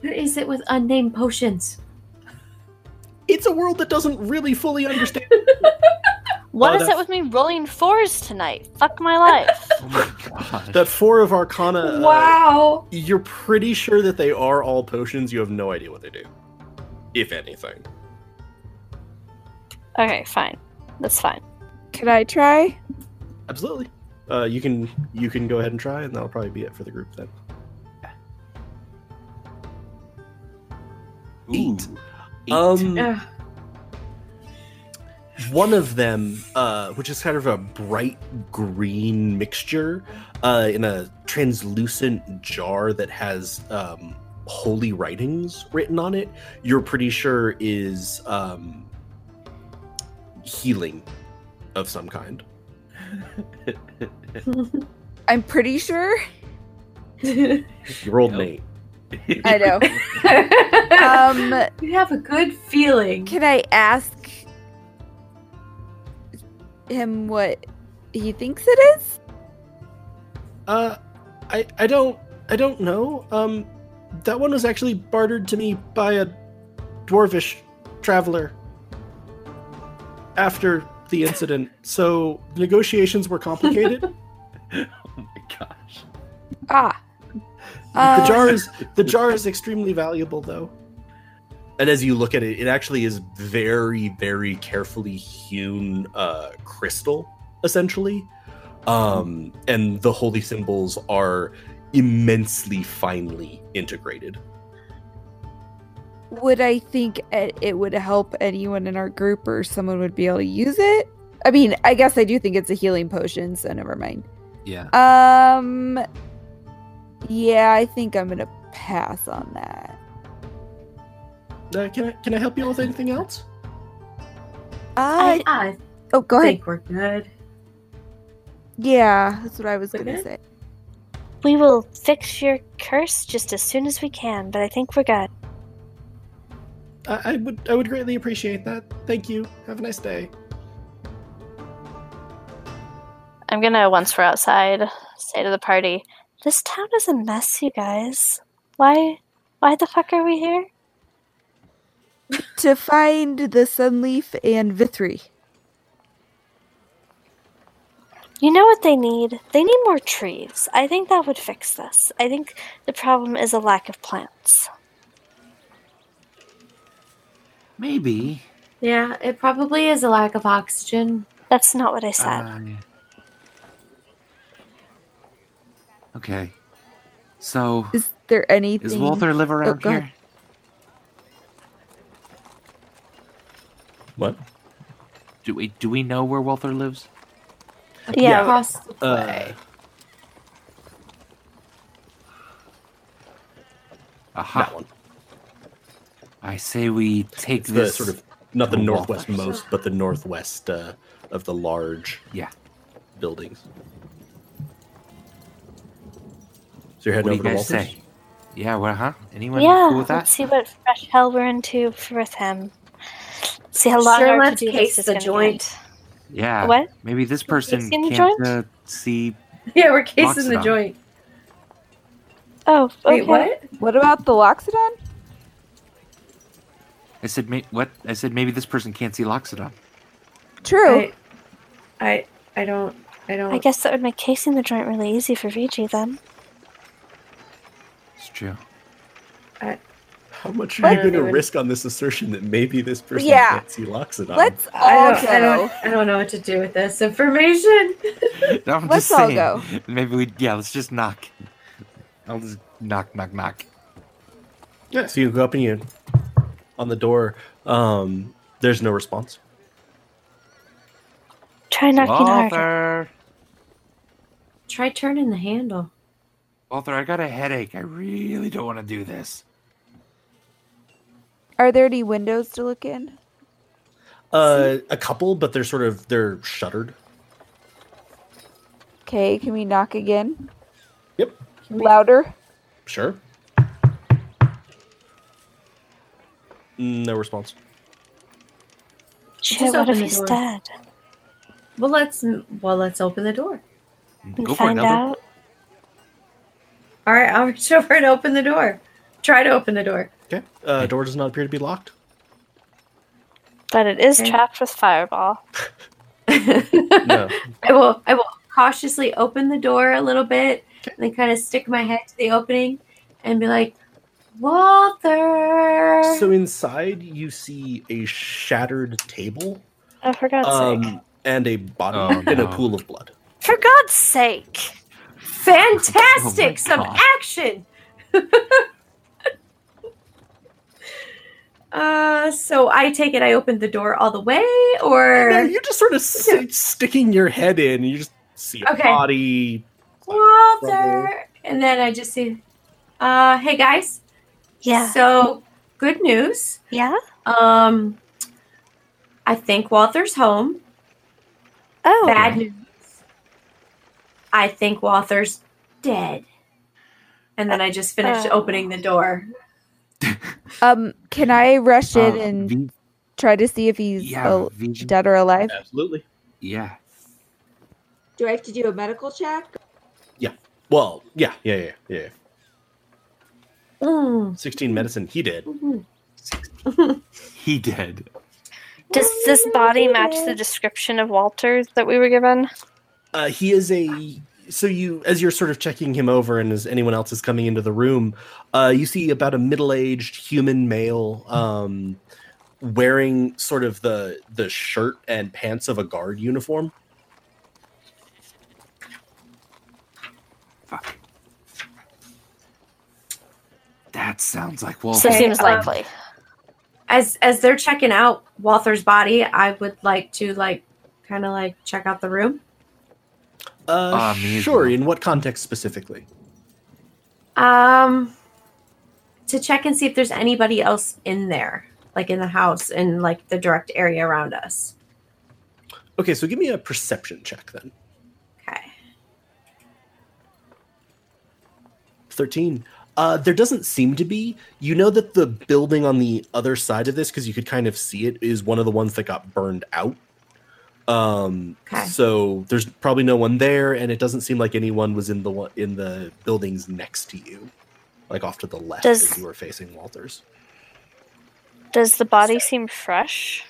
[SPEAKER 3] What is it with unnamed potions?
[SPEAKER 2] It's a world that doesn't really fully understand.
[SPEAKER 5] What is it
[SPEAKER 7] that's-
[SPEAKER 5] with me rolling fours tonight? Fuck my life.
[SPEAKER 4] Oh my gosh.
[SPEAKER 7] That four of arcana. uh,
[SPEAKER 3] wow.
[SPEAKER 7] you're pretty sure that they are all potions. You have no idea what they do, if anything.
[SPEAKER 5] okay, fine. That's fine.
[SPEAKER 6] Could I try?
[SPEAKER 7] Absolutely. Uh, you can you can go ahead and try, and that'll probably be it for the group then. Eight.
[SPEAKER 4] Ooh.
[SPEAKER 7] Um,
[SPEAKER 3] Ugh.
[SPEAKER 7] one of them, uh, which is kind of a bright green mixture, uh, in a translucent jar that has um, holy writings written on it, you're pretty sure is um, healing of some kind.
[SPEAKER 6] I'm pretty sure.
[SPEAKER 7] Your old
[SPEAKER 4] Nope.
[SPEAKER 7] Nate.
[SPEAKER 4] Oh
[SPEAKER 6] I know. Um,
[SPEAKER 3] you have a good feeling.
[SPEAKER 6] Can I ask him what he thinks it is?
[SPEAKER 2] Uh, I I don't I don't know. Um, that one was actually bartered to me by a dwarvish traveler after the incident. So negotiations were complicated.
[SPEAKER 4] Oh my gosh.
[SPEAKER 6] Ah.
[SPEAKER 2] the
[SPEAKER 6] Uh,
[SPEAKER 2] jar is the jar is extremely valuable though.
[SPEAKER 7] and as you look at it, it actually is very, very carefully hewn uh, crystal, essentially. Um, and the holy symbols are immensely finely integrated.
[SPEAKER 6] would I think it, it would help anyone in our group or someone would be able to use it? I mean, I guess I do think it's a healing potion, so never mind.
[SPEAKER 4] Yeah.
[SPEAKER 6] Um Yeah, I think I'm going to pass on that.
[SPEAKER 2] Uh, can I can I help you with anything else?
[SPEAKER 6] Uh,
[SPEAKER 3] I, I
[SPEAKER 6] oh, go ahead.
[SPEAKER 3] think we're good.
[SPEAKER 6] Yeah, that's what I was
[SPEAKER 3] We're
[SPEAKER 6] going to
[SPEAKER 3] good?
[SPEAKER 6] say.
[SPEAKER 5] We will fix your curse just as soon as we can, but I think we're good.
[SPEAKER 2] I, I would I would greatly appreciate that. Thank you. Have a nice day.
[SPEAKER 5] I'm gonna, once we're outside, say to the party, this town is a mess, you guys. Why? Why the fuck are we here?
[SPEAKER 6] To find the sunleaf and Vithri.
[SPEAKER 5] You know what they need? They need more trees. I think that would fix this. I think the problem is a lack of plants.
[SPEAKER 4] Maybe.
[SPEAKER 3] Yeah, it probably is a lack of oxygen.
[SPEAKER 5] That's not what I said.
[SPEAKER 4] Um, okay. So,
[SPEAKER 6] Is there anything
[SPEAKER 4] does Walther live around
[SPEAKER 6] go ahead.
[SPEAKER 4] here?
[SPEAKER 7] What?
[SPEAKER 4] Do we do we know where Walther lives?
[SPEAKER 3] Like,
[SPEAKER 5] Yeah.
[SPEAKER 3] Across the
[SPEAKER 7] Uh,
[SPEAKER 3] way.
[SPEAKER 4] Aha!
[SPEAKER 7] That one.
[SPEAKER 4] I say we take
[SPEAKER 7] It's the
[SPEAKER 4] this
[SPEAKER 7] sort of not the
[SPEAKER 4] Oh, well,
[SPEAKER 7] northwestmost, but the northwest uh, of the large
[SPEAKER 4] Yeah.
[SPEAKER 7] buildings. So you're heading
[SPEAKER 4] What do
[SPEAKER 7] over
[SPEAKER 4] you
[SPEAKER 7] to
[SPEAKER 4] guys
[SPEAKER 7] Walters.
[SPEAKER 4] say? Yeah, well, huh? Anyone
[SPEAKER 5] yeah,
[SPEAKER 4] cool with that?
[SPEAKER 5] let's see what fresh hell we're into f- with him. See how long
[SPEAKER 3] Sure,
[SPEAKER 5] our
[SPEAKER 3] let's
[SPEAKER 5] to-do list
[SPEAKER 3] case
[SPEAKER 5] is
[SPEAKER 3] the
[SPEAKER 5] gonna
[SPEAKER 3] joint.
[SPEAKER 4] Yeah.
[SPEAKER 5] Get. What?
[SPEAKER 4] Maybe this person
[SPEAKER 5] seen the
[SPEAKER 4] can't
[SPEAKER 5] joint?
[SPEAKER 4] uh, see.
[SPEAKER 3] Yeah, we're
[SPEAKER 4] Lots
[SPEAKER 3] casing
[SPEAKER 4] of
[SPEAKER 3] the
[SPEAKER 4] them.
[SPEAKER 3] joint.
[SPEAKER 5] Oh, okay.
[SPEAKER 3] Wait, what?
[SPEAKER 6] What about the Loxodon?
[SPEAKER 4] I said, ma- what? I said, maybe this person can't see Loxodon.
[SPEAKER 6] True.
[SPEAKER 3] I, I, I don't, I don't.
[SPEAKER 5] I guess that would make casing the joint really easy for Vigi then.
[SPEAKER 4] It's true.
[SPEAKER 7] How much are
[SPEAKER 3] I
[SPEAKER 7] you
[SPEAKER 3] don't
[SPEAKER 7] going to
[SPEAKER 3] even-
[SPEAKER 7] risk on this assertion that maybe this person
[SPEAKER 6] Yeah.
[SPEAKER 7] can't see Loxodon?
[SPEAKER 6] Let's all
[SPEAKER 3] I don't,
[SPEAKER 6] go.
[SPEAKER 3] I don't, I don't know what to do with this information.
[SPEAKER 4] No, I'm
[SPEAKER 6] Let's
[SPEAKER 4] just
[SPEAKER 6] all
[SPEAKER 4] saying.
[SPEAKER 6] go.
[SPEAKER 4] Maybe we, yeah, let's just knock. I'll just knock, knock, knock.
[SPEAKER 7] Yeah, so you go up and you on the door. Um, there's no response.
[SPEAKER 5] Try knocking harder.
[SPEAKER 4] Walther,
[SPEAKER 3] Try turning the handle.
[SPEAKER 4] Walther, I got a headache. I really don't want to do this.
[SPEAKER 6] Are there any windows to look in?
[SPEAKER 7] Uh, a couple, but they're sort of they're shuttered.
[SPEAKER 6] Okay, can we knock again?
[SPEAKER 7] Yep,
[SPEAKER 6] Louder.
[SPEAKER 7] sure. No response.
[SPEAKER 5] Shit,
[SPEAKER 3] Just
[SPEAKER 5] what
[SPEAKER 3] open
[SPEAKER 5] if
[SPEAKER 3] the
[SPEAKER 5] he's
[SPEAKER 3] door.
[SPEAKER 5] dead?
[SPEAKER 3] Well, let's well let's open the door.
[SPEAKER 5] And
[SPEAKER 4] Go for
[SPEAKER 5] find
[SPEAKER 4] another.
[SPEAKER 5] out.
[SPEAKER 3] All right, I'll reach over and open the door. Try to open the door.
[SPEAKER 7] Okay. Uh, door does not appear to be locked.
[SPEAKER 5] But it is
[SPEAKER 3] Okay.
[SPEAKER 5] trapped with fireball.
[SPEAKER 3] I
[SPEAKER 7] No.
[SPEAKER 3] will I will cautiously open the door a little bit, and then kind of stick my head to the opening, and be like, Walter.
[SPEAKER 6] Uh-huh.
[SPEAKER 7] so inside you see a shattered table
[SPEAKER 5] Oh, for God's sake.
[SPEAKER 7] um, and a body
[SPEAKER 4] Oh,
[SPEAKER 7] in a
[SPEAKER 4] no.
[SPEAKER 7] pool of blood.
[SPEAKER 5] For God's sake!
[SPEAKER 4] Oh my
[SPEAKER 3] Fantastic! Some
[SPEAKER 4] God.
[SPEAKER 3] action. uh, so I take it I opened the door all the way, or
[SPEAKER 7] No, you're just sort of s- sticking your head in. And you just see a
[SPEAKER 3] Okay.
[SPEAKER 7] body.
[SPEAKER 3] Walter. And then I just see, uh, hey guys.
[SPEAKER 5] Yeah.
[SPEAKER 3] So good news.
[SPEAKER 5] yeah?
[SPEAKER 3] Um, I think Walter's home.
[SPEAKER 5] Oh.
[SPEAKER 3] Bad news. I think Walter's dead. And then I just finished
[SPEAKER 5] Uh,
[SPEAKER 3] opening the door.
[SPEAKER 6] Um, can I rush in
[SPEAKER 4] Uh,
[SPEAKER 6] and
[SPEAKER 4] V-
[SPEAKER 6] try to see if he's
[SPEAKER 4] yeah,
[SPEAKER 6] al-
[SPEAKER 4] Vigi-
[SPEAKER 6] dead or alive?
[SPEAKER 7] Absolutely.
[SPEAKER 4] yeah.
[SPEAKER 8] Do I have to do a medical check?
[SPEAKER 7] Well, yeah, yeah, yeah, yeah. yeah.
[SPEAKER 3] Mm,
[SPEAKER 7] 16 medicine. He did.
[SPEAKER 3] mhm.
[SPEAKER 4] He did.
[SPEAKER 5] Does this body match the description of Walter that we were given?
[SPEAKER 7] Uh, he is a. So you, as you're sort of checking him over, and as anyone else is coming into the room, uh, you see about a middle-aged human male um, wearing sort of the the shirt and pants of a guard uniform.
[SPEAKER 4] That sounds like Walther.
[SPEAKER 5] So
[SPEAKER 3] Okay,
[SPEAKER 5] seems
[SPEAKER 3] um,
[SPEAKER 5] likely.
[SPEAKER 3] As as they're checking out Walter's body, I would like to like kind of like check out the room.
[SPEAKER 7] Uh,
[SPEAKER 4] Amazing.
[SPEAKER 7] sure. In what context specifically?
[SPEAKER 3] Um, to check and see if there's anybody else in there, like in the house and like the direct area around us.
[SPEAKER 7] Okay, so give me a perception check then.
[SPEAKER 3] Okay.
[SPEAKER 7] 13. Uh, there doesn't seem to be. You know that the building on the other side of this, because you could kind of see it, is one of the ones that got burned out. Um,
[SPEAKER 3] Okay.
[SPEAKER 7] so there's probably no one there, and it doesn't seem like anyone was in the one in the buildings next to you, like off to the left
[SPEAKER 5] Does-
[SPEAKER 7] as you were facing Walters.
[SPEAKER 5] Does the body seem fresh?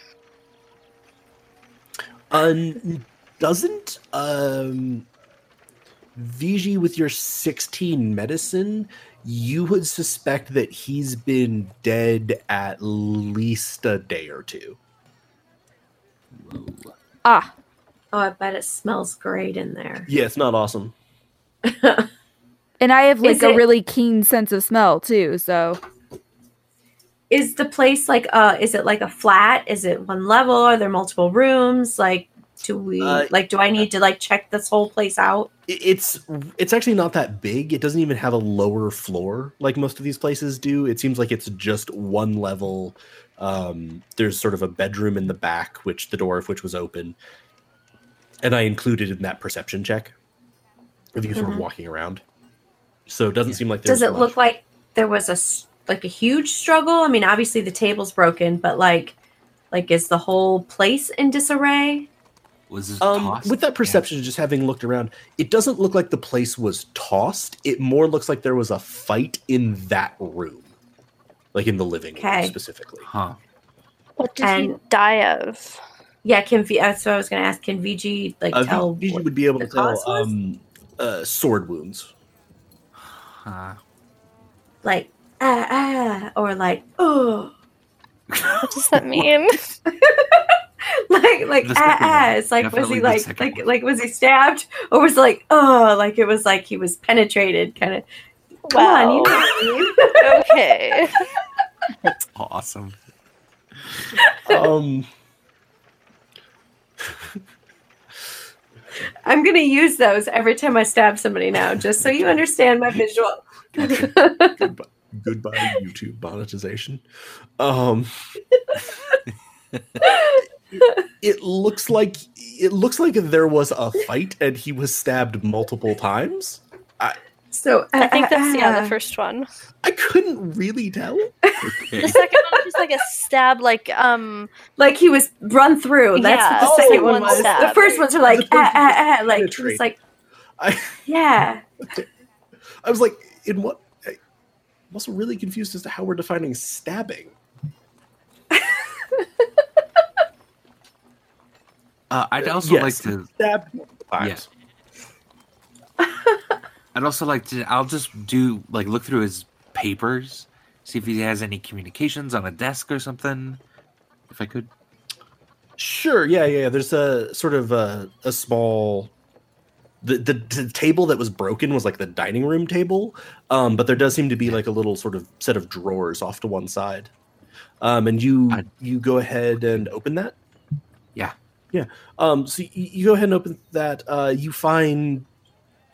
[SPEAKER 7] Um, doesn't um, Vigi with your sixteen medicine, you would suspect that he's been dead at least a day or two.
[SPEAKER 6] Ah,
[SPEAKER 3] Oh, I bet it smells great in there.
[SPEAKER 7] Yeah, it's not awesome.
[SPEAKER 6] and I have like
[SPEAKER 3] Is
[SPEAKER 6] a
[SPEAKER 3] it-
[SPEAKER 6] really keen sense of smell too. So
[SPEAKER 3] Is the place like uh is it like a flat? Is it one level? Are there multiple rooms? Like do we
[SPEAKER 7] Uh,
[SPEAKER 3] like? Do I need to like check this whole place out?
[SPEAKER 7] I- it's it's actually not that big. It doesn't even have a lower floor like most of these places do. It seems like it's just one level. Um, there's sort of a bedroom in the back, which the door of which was open, and I included in that perception check of you sort of
[SPEAKER 3] Mhm.
[SPEAKER 7] walking around. So it doesn't seem like there's
[SPEAKER 3] Does it
[SPEAKER 7] much.
[SPEAKER 3] look like there was a s- like a huge struggle? I mean, obviously the table's broken, but like, like is the whole place in disarray?
[SPEAKER 4] Was this
[SPEAKER 7] Um,
[SPEAKER 4] tossed?
[SPEAKER 7] with that perception, just having looked around, it doesn't look like the place was tossed. It more looks like there was a fight in that room, like in the living
[SPEAKER 3] Okay.
[SPEAKER 7] room specifically.
[SPEAKER 4] Yeah. Huh.
[SPEAKER 5] What did he
[SPEAKER 3] And-
[SPEAKER 5] die of?
[SPEAKER 3] Yeah, can V- that's what I was gonna ask. Can VG like
[SPEAKER 7] Uh,
[SPEAKER 3] tell?
[SPEAKER 7] V- VG
[SPEAKER 3] what-
[SPEAKER 7] would be able
[SPEAKER 3] the
[SPEAKER 7] to tell
[SPEAKER 3] cause was?
[SPEAKER 7] um, uh, sword wounds.
[SPEAKER 4] huh.
[SPEAKER 3] like ah ah or like oh
[SPEAKER 5] What does that mean?
[SPEAKER 3] like like
[SPEAKER 4] The
[SPEAKER 3] ah
[SPEAKER 4] second
[SPEAKER 3] ah.
[SPEAKER 4] one.
[SPEAKER 3] It's like was
[SPEAKER 4] Definitely
[SPEAKER 3] he
[SPEAKER 4] the
[SPEAKER 3] like
[SPEAKER 4] second
[SPEAKER 3] like
[SPEAKER 4] one.
[SPEAKER 3] like was he stabbed or was it like oh like it was like he was penetrated kind of. Come on, you know
[SPEAKER 5] Wow.
[SPEAKER 3] what I mean?
[SPEAKER 5] okay.
[SPEAKER 4] Awesome.
[SPEAKER 7] Um,
[SPEAKER 3] I'm gonna use those every time I stab somebody now, just so you understand my visual.
[SPEAKER 7] goodbye, goodbye, YouTube monetization. Um, it looks like it looks like there was a fight and he was stabbed multiple times.
[SPEAKER 3] So
[SPEAKER 5] I think that's yeah, the
[SPEAKER 3] ah,
[SPEAKER 5] first one.
[SPEAKER 7] I couldn't really tell.
[SPEAKER 5] The
[SPEAKER 4] Okay.
[SPEAKER 5] second one was like a stab, like um,
[SPEAKER 3] like he was run through. That's what
[SPEAKER 5] Yeah,
[SPEAKER 3] the
[SPEAKER 7] Oh,
[SPEAKER 3] second one
[SPEAKER 7] one
[SPEAKER 3] was. The
[SPEAKER 5] stab.
[SPEAKER 3] first ones are like
[SPEAKER 7] The
[SPEAKER 3] ah
[SPEAKER 7] first one
[SPEAKER 3] ah ah, like he
[SPEAKER 7] penetrate.
[SPEAKER 3] was like
[SPEAKER 7] I-
[SPEAKER 3] yeah.
[SPEAKER 7] I was like, in what? I'm also really confused as to how we're defining stabbing.
[SPEAKER 4] Uh, I'd also
[SPEAKER 7] Yes.
[SPEAKER 4] like to.
[SPEAKER 7] Stabbed multiple times.
[SPEAKER 4] Yes. I'd also like to. I'll just do like look through his papers, see if he has any communications on a desk or something. If I could.
[SPEAKER 7] Sure. Yeah. Yeah. yeah. There's a sort of a, a small. The, the, the table that was broken was like the dining room table, um, but there does seem to be like a little sort of set of drawers off to one side, um, and you
[SPEAKER 4] I-
[SPEAKER 7] you go ahead and open that.
[SPEAKER 4] Yeah.
[SPEAKER 7] yeah. Um, so you, you go ahead and open that. Uh, you find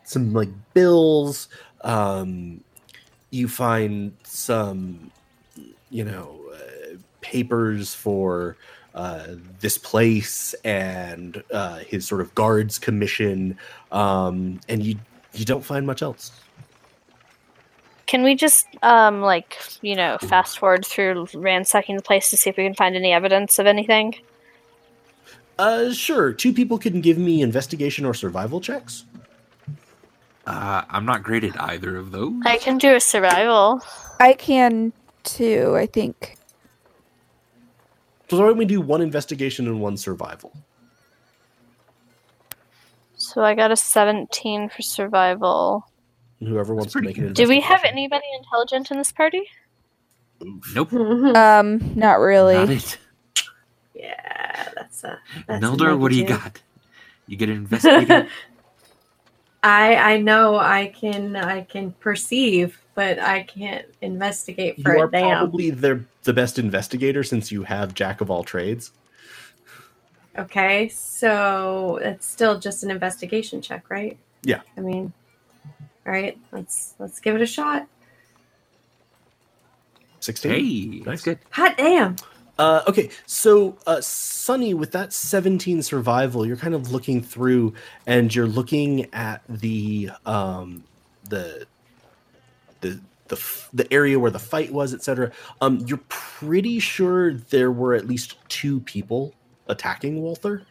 [SPEAKER 7] some like bills. Um, you find some, you know, uh, papers for uh, this place and uh, his sort of guards commission, um, and you you don't find much else.
[SPEAKER 5] can we just um, like you know, fast forward through ransacking the place to see if we can find any evidence of anything?
[SPEAKER 7] Uh, sure, two people can give me investigation or survival checks.
[SPEAKER 4] Uh, I'm not great at either of those.
[SPEAKER 5] I can do a survival.
[SPEAKER 6] I can too, I think.
[SPEAKER 7] So why don't we do one investigation and one survival?
[SPEAKER 5] So I got a 17 for survival.
[SPEAKER 7] And Whoever wants to
[SPEAKER 4] pretty
[SPEAKER 7] make an
[SPEAKER 5] Do we have
[SPEAKER 7] investigation.
[SPEAKER 5] anybody intelligent in this party?
[SPEAKER 4] Nope.
[SPEAKER 6] Um, not
[SPEAKER 4] Not
[SPEAKER 6] really.
[SPEAKER 4] it.
[SPEAKER 3] Yeah, that's a. That's a
[SPEAKER 4] Nelder, what do you
[SPEAKER 3] negative.
[SPEAKER 4] got? You get investigated.
[SPEAKER 3] I I know I can I can perceive, but I can't investigate for
[SPEAKER 7] You
[SPEAKER 3] a
[SPEAKER 7] are
[SPEAKER 3] damn.
[SPEAKER 7] probably the the best investigator since you have jack of all trades.
[SPEAKER 3] okay, so it's still just an investigation check, right?
[SPEAKER 7] Yeah.
[SPEAKER 3] I mean, all right, let's let's give it a shot.
[SPEAKER 7] Sixteen.
[SPEAKER 4] hey,
[SPEAKER 7] Nice.
[SPEAKER 4] that's good.
[SPEAKER 3] Hot damn!
[SPEAKER 7] Uh, okay, so uh, Sunny, with that 17 survival, you're kind of looking through, and you're looking at the um, the the the f- the area where the fight was, etc. Um, you're pretty sure there were at least two people attacking Walther.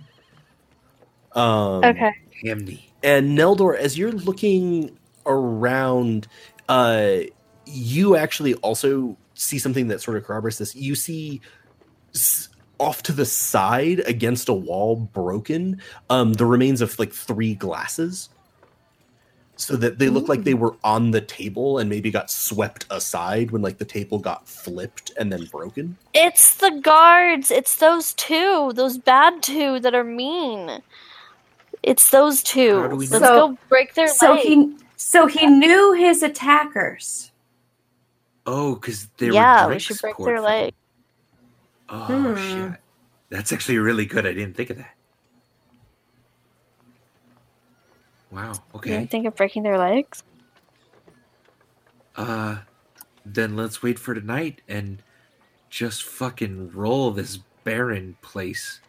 [SPEAKER 7] Um,
[SPEAKER 5] Okay.
[SPEAKER 4] Amni.
[SPEAKER 7] and Neldor, as you're looking around, uh, you actually also see something that sort of corroborates this. You see s- off to the side against a wall, broken, um, the remains of like three glasses. So that they look like they were on the table and maybe got swept aside when like the table got flipped and then broken.
[SPEAKER 5] It's the guards. It's those two, those bad two that are mean. It's those two.
[SPEAKER 4] How do we
[SPEAKER 5] Let's
[SPEAKER 4] know?
[SPEAKER 5] go break their
[SPEAKER 3] So
[SPEAKER 5] leg.
[SPEAKER 3] he so he knew his attackers.
[SPEAKER 4] Oh, because they were
[SPEAKER 5] yeah, we
[SPEAKER 4] drinks
[SPEAKER 5] should break
[SPEAKER 4] poured
[SPEAKER 5] their
[SPEAKER 4] for
[SPEAKER 5] leg.
[SPEAKER 4] them. Oh
[SPEAKER 3] Hmm.
[SPEAKER 4] shit, that's actually really good. I didn't think of that. Wow.
[SPEAKER 5] You
[SPEAKER 4] Okay.
[SPEAKER 5] don't think of breaking their legs?
[SPEAKER 4] Uh, then let's wait for tonight and just fucking roll this Baron place,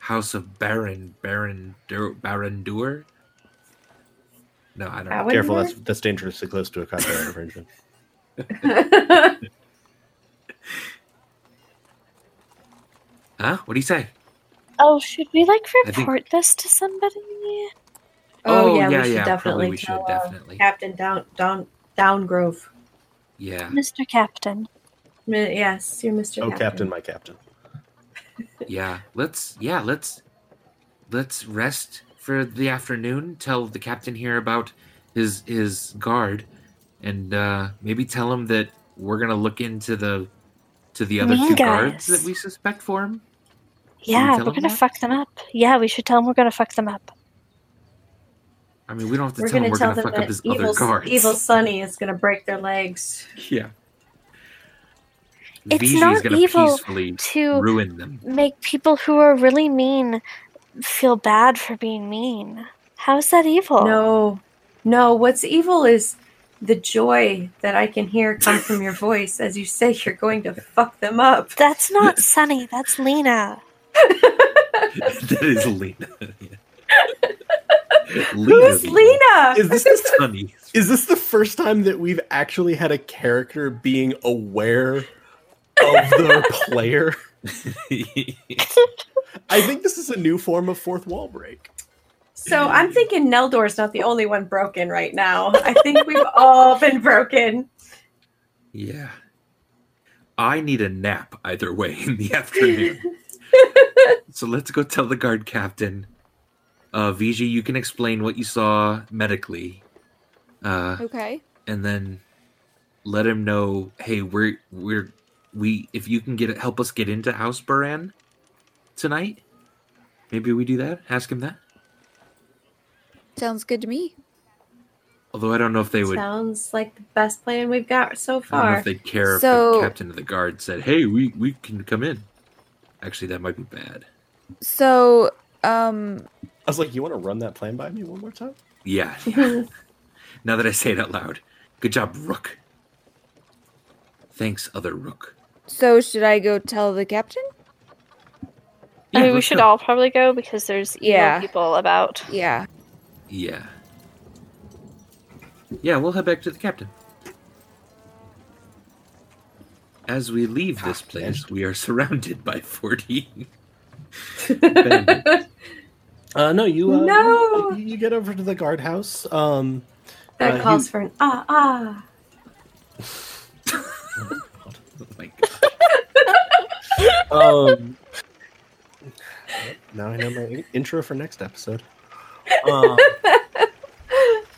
[SPEAKER 4] House of Baron Baron Dur- Baron Dur. No, I don't.
[SPEAKER 3] I
[SPEAKER 4] know.
[SPEAKER 3] would-
[SPEAKER 7] Careful, that's that's dangerously close to a copyright infringement.
[SPEAKER 3] Oh,
[SPEAKER 4] Huh? What do you say?
[SPEAKER 5] Oh, should we like
[SPEAKER 4] I think-
[SPEAKER 5] report this to somebody?
[SPEAKER 3] oh, yeah, we should
[SPEAKER 4] Probably
[SPEAKER 3] definitely
[SPEAKER 4] we should
[SPEAKER 3] tell, uh,
[SPEAKER 4] definitely.
[SPEAKER 3] Captain Down Down Downgrove.
[SPEAKER 4] Yeah,
[SPEAKER 5] Mr. Captain.
[SPEAKER 3] Mi- Yes, you're Mr.
[SPEAKER 7] Oh, captain, my captain.
[SPEAKER 4] yeah. Let's yeah let's let's rest for the afternoon. Tell the captain here about his his guard, and uh, maybe tell him that we're gonna look into the to the other
[SPEAKER 5] Mean
[SPEAKER 4] two guards
[SPEAKER 5] guys.
[SPEAKER 4] that we suspect for him.
[SPEAKER 5] Yeah,
[SPEAKER 4] tell
[SPEAKER 5] we are
[SPEAKER 4] them
[SPEAKER 5] gonna
[SPEAKER 4] that?
[SPEAKER 5] fuck them up. Yeah, we should tell them we're gonna fuck them up.
[SPEAKER 4] I mean, we don't have to
[SPEAKER 3] We're
[SPEAKER 4] tell
[SPEAKER 3] gonna
[SPEAKER 4] him we're
[SPEAKER 3] tell
[SPEAKER 4] gonna
[SPEAKER 3] them
[SPEAKER 4] fuck up
[SPEAKER 3] that
[SPEAKER 4] his other
[SPEAKER 3] evil,
[SPEAKER 4] guards.
[SPEAKER 3] evil Sunny is gonna break their legs.
[SPEAKER 4] Yeah.
[SPEAKER 5] It's
[SPEAKER 4] Vigi is
[SPEAKER 5] not
[SPEAKER 4] gonna
[SPEAKER 5] evil
[SPEAKER 4] peacefully
[SPEAKER 5] To
[SPEAKER 4] ruin them.
[SPEAKER 5] make people who are really mean feel bad for being mean. How is that
[SPEAKER 6] Oh.
[SPEAKER 5] evil?
[SPEAKER 3] No, no. What's evil is the joy that I can hear come from your voice as you say you're going to fuck them up.
[SPEAKER 5] That's not Sunny, that's Lena.
[SPEAKER 4] that is Lena.
[SPEAKER 3] Who's Lena?
[SPEAKER 7] Is this the,
[SPEAKER 4] Sunny.
[SPEAKER 7] is this the first time that we've actually had a character being aware of their player? I think this is a new form of fourth wall break.
[SPEAKER 3] So I'm thinking Neldor's not the only one broken right now. I think we've all been broken.
[SPEAKER 4] yeah. I need a nap either way in the afternoon. so let's go tell the guard captain. Uh, Vigi, you can explain what you saw medically. Uh,
[SPEAKER 6] Okay.
[SPEAKER 4] and then let him know, hey, we're we're we if you can get help us get into House Baran tonight, maybe we do that. Ask him that.
[SPEAKER 6] Sounds good to me.
[SPEAKER 4] Although I don't know if they would. I
[SPEAKER 3] Sounds like the best plan we've got so
[SPEAKER 4] don't know
[SPEAKER 3] far.
[SPEAKER 4] if they'd care if
[SPEAKER 6] So-
[SPEAKER 4] the captain of the guard said, "Hey, we we can come in." Actually, that might be bad.
[SPEAKER 6] So, um,
[SPEAKER 7] I was like, you want to run that plan by me one more time?
[SPEAKER 4] Yeah. yeah. now that I say it out loud, good job, Rook. Thanks, other Rook.
[SPEAKER 6] so should I go tell the captain?
[SPEAKER 5] I mean, we
[SPEAKER 4] let's
[SPEAKER 5] should
[SPEAKER 4] go.
[SPEAKER 5] all probably go because there's evil
[SPEAKER 6] Yeah.
[SPEAKER 5] people about.
[SPEAKER 6] Yeah.
[SPEAKER 4] Yeah. Yeah, we'll head back to the captain. As we leave this place, we are surrounded by 40.
[SPEAKER 7] Uh, no, you. Uh,
[SPEAKER 3] No!
[SPEAKER 7] You, you get over to the guardhouse. Um, Uh,
[SPEAKER 3] That
[SPEAKER 7] you-
[SPEAKER 3] calls for an ah ah.
[SPEAKER 4] Oh my God.
[SPEAKER 7] um, now I know my in- intro for next episode. Um,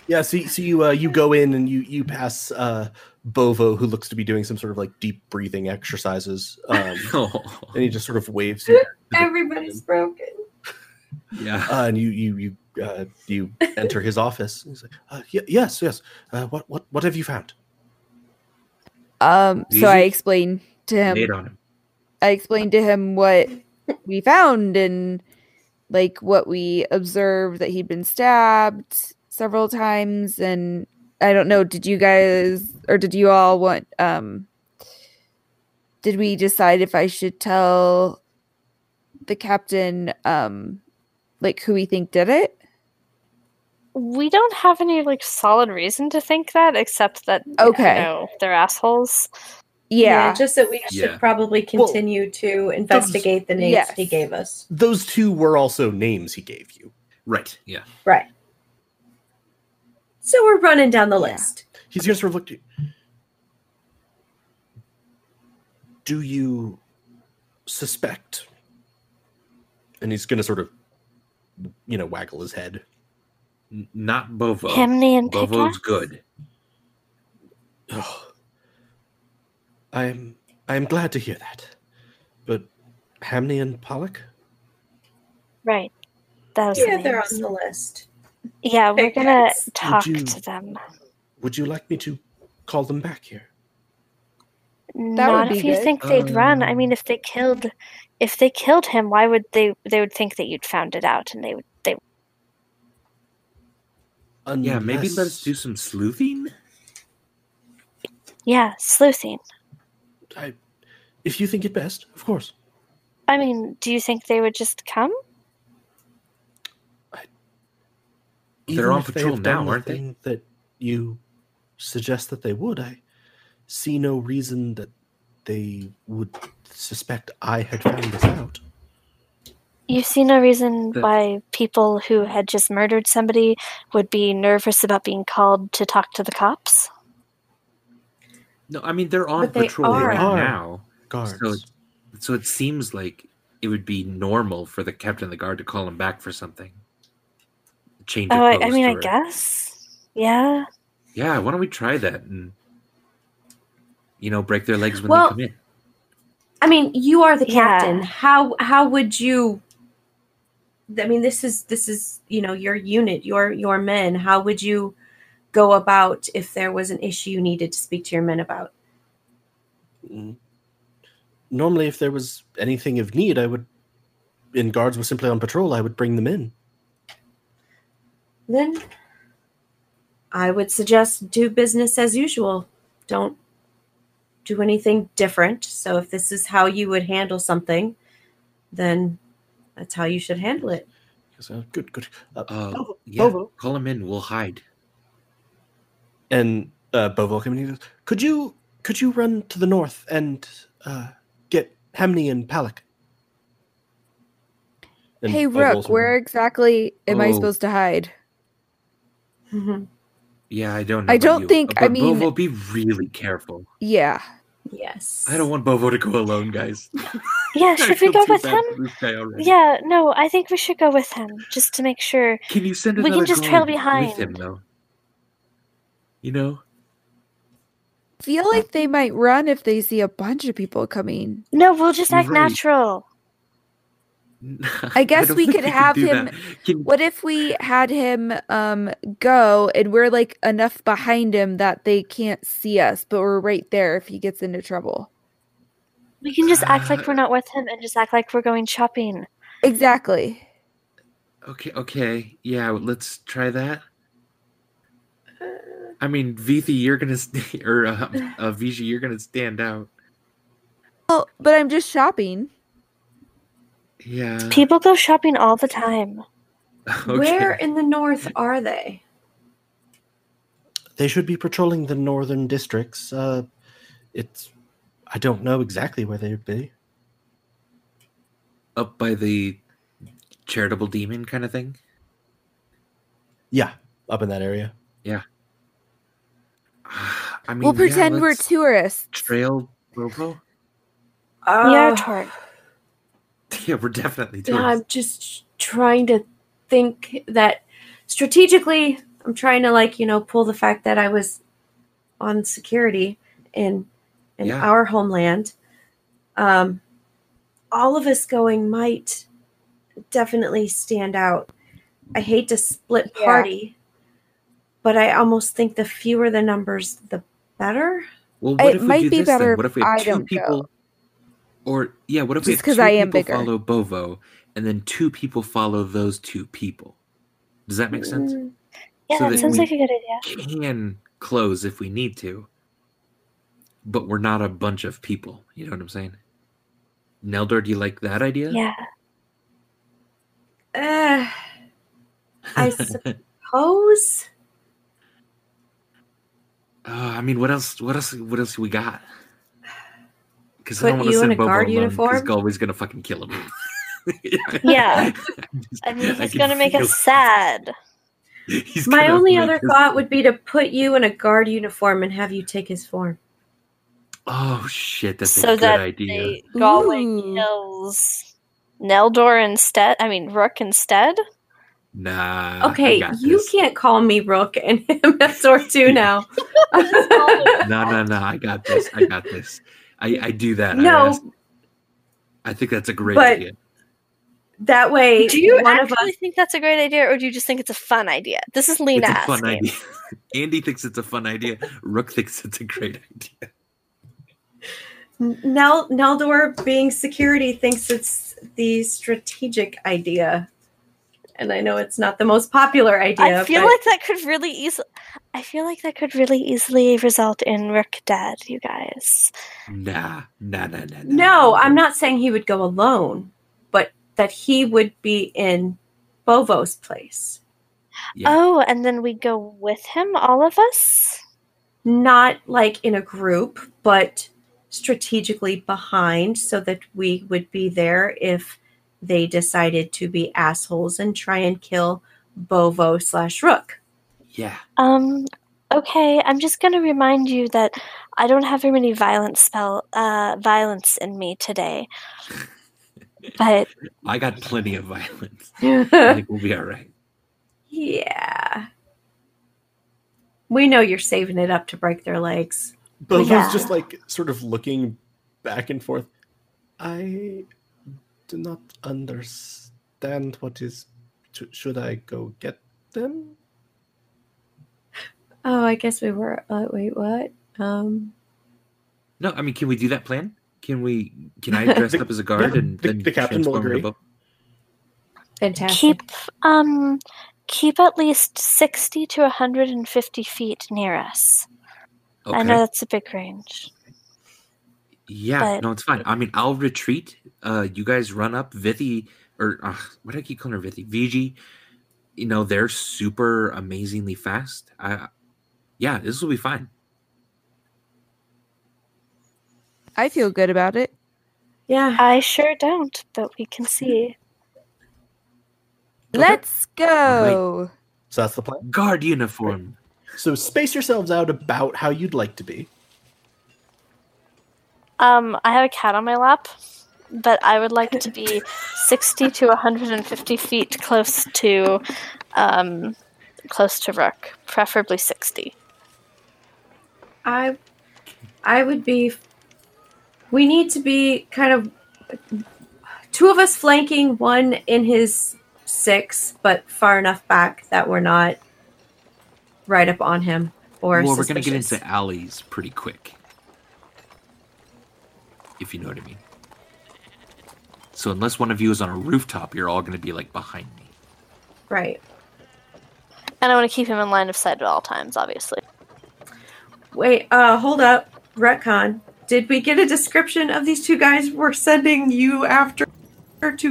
[SPEAKER 7] yeah, so, so you uh, you go in and you you pass uh, Bovo, who looks to be doing some sort of like deep breathing exercises, um,
[SPEAKER 4] Oh,
[SPEAKER 7] and he just sort of waves you,
[SPEAKER 3] Everybody's broken.
[SPEAKER 4] yeah.
[SPEAKER 7] uh, and you you you uh, you enter his office. He's like, uh, y- yes, yes. Uh, what what what have you found?
[SPEAKER 6] Um,
[SPEAKER 4] Easy.
[SPEAKER 6] so I explained to him.
[SPEAKER 4] Nate on him.
[SPEAKER 6] I explained to him what we found and like what we observed that he'd been stabbed several times and I don't know did you guys or did you all want um did we decide if I should tell the captain um like who we think did it?
[SPEAKER 5] We don't have any like solid reason to think that, except that you
[SPEAKER 6] Okay.
[SPEAKER 5] know, they're assholes.
[SPEAKER 6] Yeah.
[SPEAKER 3] just that we
[SPEAKER 4] Yeah.
[SPEAKER 3] should probably continue to investigate the names
[SPEAKER 6] Yes.
[SPEAKER 3] he gave us.
[SPEAKER 7] Those two were also names he gave you.
[SPEAKER 4] Right, yeah.
[SPEAKER 3] Right. So we're running down the
[SPEAKER 6] Yeah.
[SPEAKER 3] list.
[SPEAKER 7] He's gonna sort of look to you. Do you suspect? And he's gonna sort of, you know, waggle his head.
[SPEAKER 4] N- not Bovo.
[SPEAKER 5] Himney and
[SPEAKER 4] Bovo's
[SPEAKER 5] Pickaxe.
[SPEAKER 4] good.
[SPEAKER 7] Oh, I'm I'm glad to hear that, but Hamney and Pollock.
[SPEAKER 5] Right. That was
[SPEAKER 3] Yeah,
[SPEAKER 5] the
[SPEAKER 3] they're
[SPEAKER 5] names.
[SPEAKER 3] on the list.
[SPEAKER 5] Yeah, we're gonna
[SPEAKER 3] Pickaxe.
[SPEAKER 5] talk
[SPEAKER 7] you-
[SPEAKER 5] to them.
[SPEAKER 7] Would you like me to call them back here?
[SPEAKER 5] Not
[SPEAKER 6] would
[SPEAKER 5] if
[SPEAKER 6] be
[SPEAKER 5] you
[SPEAKER 6] good.
[SPEAKER 5] think they'd run. I mean,
[SPEAKER 4] Um,
[SPEAKER 5] if they killed, if they killed him, why would they? They would think that you'd found it out, and they would. They.
[SPEAKER 4] Yeah, maybe let us do
[SPEAKER 7] Unless-
[SPEAKER 4] some sleuthing.
[SPEAKER 5] Yeah, sleuthing.
[SPEAKER 2] I, if you think it best, of course.
[SPEAKER 5] I mean, do you think they would just come?
[SPEAKER 4] They're
[SPEAKER 2] Even
[SPEAKER 4] on
[SPEAKER 2] if they
[SPEAKER 4] patrol
[SPEAKER 2] have done
[SPEAKER 4] now,
[SPEAKER 2] the
[SPEAKER 4] aren't they?
[SPEAKER 2] thing That you suggest that they would. I see no reason that they would suspect I had found this out.
[SPEAKER 5] You see no reason
[SPEAKER 4] The-
[SPEAKER 5] why people who had just murdered somebody would be nervous about being called to talk to the cops?
[SPEAKER 4] No, I mean they're on
[SPEAKER 3] But they
[SPEAKER 4] patrol
[SPEAKER 3] are.
[SPEAKER 4] right
[SPEAKER 2] They are.
[SPEAKER 4] now.
[SPEAKER 2] Guards.
[SPEAKER 4] So, so it seems like it would be normal for the captain of the guard to call him back for something. Change. of
[SPEAKER 5] Oh, I, I
[SPEAKER 4] post
[SPEAKER 5] mean, I
[SPEAKER 4] or-
[SPEAKER 5] guess. Yeah.
[SPEAKER 4] Yeah, why don't we try that and you know break their legs when
[SPEAKER 3] Well-
[SPEAKER 4] they come in?
[SPEAKER 3] I mean, you are the
[SPEAKER 5] Yeah.
[SPEAKER 3] captain. How how would you? I mean, this is this is you know your unit, your your men. How would you go about if there was an issue you needed to speak to your men about?
[SPEAKER 2] Mm. Normally, if there was anything of need, I would, and guards were simply on patrol, I would bring them in.
[SPEAKER 3] Then I would suggest do business as usual. Don't do anything different. So if this is how you would handle something, then that's how you should handle it.
[SPEAKER 2] So, good, good. Uh,
[SPEAKER 4] Uh,
[SPEAKER 2] Bovo,
[SPEAKER 4] yeah,
[SPEAKER 2] Bovo.
[SPEAKER 4] call him in. We'll hide.
[SPEAKER 2] And uh, Bovo came in and he goes, "Could you could you run to the north and uh, get Hamney and Palak?" And
[SPEAKER 6] hey,
[SPEAKER 2] Bovo's
[SPEAKER 6] Rook,
[SPEAKER 2] wondering,
[SPEAKER 6] where exactly am I
[SPEAKER 4] Oh.
[SPEAKER 6] supposed to hide?
[SPEAKER 3] Mm-hmm.
[SPEAKER 4] Yeah, I don't. know
[SPEAKER 6] I
[SPEAKER 4] about
[SPEAKER 6] don't
[SPEAKER 4] you,
[SPEAKER 6] think- I
[SPEAKER 4] but
[SPEAKER 6] mean-
[SPEAKER 4] Bovo, be really careful.
[SPEAKER 6] Yeah.
[SPEAKER 3] yes.
[SPEAKER 4] I don't want Bovo to go alone, guys.
[SPEAKER 5] Yeah,
[SPEAKER 4] I
[SPEAKER 5] should we
[SPEAKER 4] feel
[SPEAKER 5] go
[SPEAKER 4] too
[SPEAKER 5] with
[SPEAKER 4] bad
[SPEAKER 5] him?
[SPEAKER 4] for this guy already.
[SPEAKER 5] Yeah, no, I think we should go with him just to make sure.
[SPEAKER 4] Can you send
[SPEAKER 5] We can
[SPEAKER 4] another
[SPEAKER 5] just trail
[SPEAKER 4] guard
[SPEAKER 5] behind.
[SPEAKER 4] with him though? You know,
[SPEAKER 6] Feel like they might run if they see a bunch of people coming.
[SPEAKER 5] No, we'll just act
[SPEAKER 4] Right.
[SPEAKER 5] natural.
[SPEAKER 6] I guess
[SPEAKER 4] don't
[SPEAKER 6] we
[SPEAKER 4] think
[SPEAKER 6] could have
[SPEAKER 4] do
[SPEAKER 6] him-
[SPEAKER 4] that. Can-
[SPEAKER 6] What if we had him um go and we're like enough behind him that they can't see us, but we're right there if he gets into trouble.
[SPEAKER 5] We can just act like
[SPEAKER 4] Uh,
[SPEAKER 5] we're not with him and just act like we're going shopping.
[SPEAKER 6] Exactly.
[SPEAKER 4] Okay, okay, yeah. Let's try that. I mean, Vithi, you're gonna st- or uh, uh, Viji, you're gonna stand out.
[SPEAKER 6] Well, but I'm just shopping.
[SPEAKER 4] Yeah.
[SPEAKER 5] People go shopping all the time.
[SPEAKER 4] Okay.
[SPEAKER 3] Where in the north are they?
[SPEAKER 2] They should be patrolling the northern districts. Uh, it's I don't know exactly where they'd be.
[SPEAKER 4] Up by the charitable demon kind of thing.
[SPEAKER 2] Yeah, up in that area.
[SPEAKER 4] I mean,
[SPEAKER 6] we'll
[SPEAKER 4] yeah,
[SPEAKER 6] pretend we're
[SPEAKER 4] let's
[SPEAKER 6] tourists.
[SPEAKER 4] trail Bovo.
[SPEAKER 5] We are
[SPEAKER 3] Oh,
[SPEAKER 5] tourists.
[SPEAKER 4] Yeah, we're definitely
[SPEAKER 3] yeah,
[SPEAKER 4] tourists.
[SPEAKER 3] I'm just trying to think that strategically. I'm trying to like you know pull the fact that I was on security in in
[SPEAKER 4] Yeah.
[SPEAKER 3] our homeland. Um, all of us going might definitely stand out. I hate to split
[SPEAKER 5] Yeah.
[SPEAKER 3] party, but I almost think the fewer the numbers, the better.
[SPEAKER 4] Well, what
[SPEAKER 6] It
[SPEAKER 4] if we
[SPEAKER 6] might
[SPEAKER 4] do
[SPEAKER 6] be
[SPEAKER 4] this then?
[SPEAKER 6] better
[SPEAKER 4] What
[SPEAKER 6] if
[SPEAKER 4] if we have
[SPEAKER 6] I
[SPEAKER 4] two
[SPEAKER 6] don't go.
[SPEAKER 4] people? Or yeah, what if we have
[SPEAKER 6] Just 'cause
[SPEAKER 4] two
[SPEAKER 6] I am
[SPEAKER 4] people
[SPEAKER 6] bigger.
[SPEAKER 4] follow Bovo, and then two people follow those two people? Does that make sense?
[SPEAKER 3] Mm,
[SPEAKER 5] Yeah,
[SPEAKER 4] So
[SPEAKER 5] that
[SPEAKER 4] that
[SPEAKER 5] sounds
[SPEAKER 4] we-
[SPEAKER 5] like a good idea.
[SPEAKER 4] Can close if we need to, but we're not a bunch of people. You know what I'm saying? Neldor, do you like that idea?
[SPEAKER 5] Yeah.
[SPEAKER 3] eh, I
[SPEAKER 4] Oh,
[SPEAKER 3] suppose.
[SPEAKER 4] Uh, I mean, what else? What else? What else we got? Because
[SPEAKER 3] Put
[SPEAKER 4] I don't want to
[SPEAKER 3] you in
[SPEAKER 4] send
[SPEAKER 3] a guard
[SPEAKER 4] Bobo alone. Because
[SPEAKER 3] uniform?
[SPEAKER 4] Galway's gonna fucking kill him.
[SPEAKER 5] Yeah. I mean,
[SPEAKER 4] I
[SPEAKER 5] it's
[SPEAKER 4] can
[SPEAKER 5] gonna make
[SPEAKER 4] feel
[SPEAKER 5] us sad.
[SPEAKER 4] it. He's
[SPEAKER 3] My
[SPEAKER 4] gonna
[SPEAKER 3] only
[SPEAKER 4] make
[SPEAKER 3] other
[SPEAKER 4] us-
[SPEAKER 3] thought would be to put you in a guard uniform and have you take his form.
[SPEAKER 4] Oh shit! That's
[SPEAKER 5] so
[SPEAKER 4] a good
[SPEAKER 5] that
[SPEAKER 4] idea.
[SPEAKER 5] they Galway
[SPEAKER 6] Ooh.
[SPEAKER 5] kills Neldor instead. I mean, Rook instead.
[SPEAKER 4] Nah. Ah, I
[SPEAKER 3] Okay,
[SPEAKER 4] got
[SPEAKER 3] you
[SPEAKER 4] this.
[SPEAKER 3] can't call me Rook and him Messor too now.
[SPEAKER 4] No, no, no. I got this. I got this. I, I do that. I,
[SPEAKER 3] No.
[SPEAKER 4] ask- I think that's a great
[SPEAKER 3] But-
[SPEAKER 4] idea.
[SPEAKER 3] that way,
[SPEAKER 5] Do you
[SPEAKER 3] one of
[SPEAKER 5] actually
[SPEAKER 3] us.
[SPEAKER 5] think that's a great idea, or do you just think it's a fun idea? This is
[SPEAKER 4] It's
[SPEAKER 5] Lena
[SPEAKER 4] a
[SPEAKER 5] asking.
[SPEAKER 4] fun idea. Andy thinks it's a fun idea. Rook thinks it's a great idea.
[SPEAKER 3] Nel- Neldor, being security, thinks it's the strategic idea. And I know it's not the most popular idea.
[SPEAKER 5] I feel
[SPEAKER 3] but
[SPEAKER 5] like that could really easily. I feel like that could really easily result in Rook dead, you guys.
[SPEAKER 4] Nah, nah, nah, nah.
[SPEAKER 3] no, I'm not saying he would go alone, but that he would be in Bovo's place.
[SPEAKER 4] Yeah.
[SPEAKER 5] Oh, and then we go with him, all of us.
[SPEAKER 3] Not like in a group, but strategically behind so that we would be there if they decided to be assholes and try and kill Bovo slash Rook.
[SPEAKER 4] Yeah.
[SPEAKER 5] Um. Okay, I'm just gonna remind you that I don't have very many violence spell uh violence in me today. But
[SPEAKER 4] I got plenty of violence. I
[SPEAKER 3] yeah.
[SPEAKER 4] think we'll be all right.
[SPEAKER 3] We know you're saving it up to break their legs.
[SPEAKER 7] Bovo's
[SPEAKER 5] Yeah.
[SPEAKER 7] just like sort of looking back and forth. I do not understand what is. Sh- should I go get them?
[SPEAKER 3] Oh, I guess we were. Uh, wait, what? Um,
[SPEAKER 4] No, I mean, can we do that plan? Can we? Can I dress
[SPEAKER 7] The-
[SPEAKER 4] up as a guard
[SPEAKER 7] yeah,
[SPEAKER 4] and
[SPEAKER 7] the-
[SPEAKER 4] then
[SPEAKER 7] the captain will
[SPEAKER 4] transform into
[SPEAKER 7] agree.
[SPEAKER 4] Bo-
[SPEAKER 3] fantastic.
[SPEAKER 5] keep um keep at least sixty to hundred and fifty feet near us. I know
[SPEAKER 4] Okay.
[SPEAKER 5] that's a big range.
[SPEAKER 4] Yeah.
[SPEAKER 5] but-
[SPEAKER 4] No, it's fine. I mean, I'll retreat. Uh, you guys run up. Vithi or uh, what do I keep calling her? Vithi. VG. You know they're super amazingly fast. I. Yeah, this will be fine.
[SPEAKER 6] I feel good about it.
[SPEAKER 3] yeah.
[SPEAKER 5] I sure don't, but we can see.
[SPEAKER 4] Okay.
[SPEAKER 6] Let's go.
[SPEAKER 7] So that's the plan.
[SPEAKER 4] Guard uniform.
[SPEAKER 7] So space yourselves out about how you'd like to be.
[SPEAKER 5] Um, I have a cat on my lap, but I would like to be sixty to one hundred and fifty feet close to, um, close to Rook, preferably sixty.
[SPEAKER 3] I I would be we need to be kind of two of us flanking one in his six but far enough back that we're not right up on him or
[SPEAKER 4] well, we're gonna get
[SPEAKER 3] suspicious.
[SPEAKER 4] into alleys pretty quick, if you know what I mean. So unless one of you is on a rooftop, you're all gonna be like behind me.
[SPEAKER 3] right
[SPEAKER 5] And I want to keep him in line of sight at all times, obviously.
[SPEAKER 3] wait uh hold up retcon did we get a description of these two guys we're sending you after to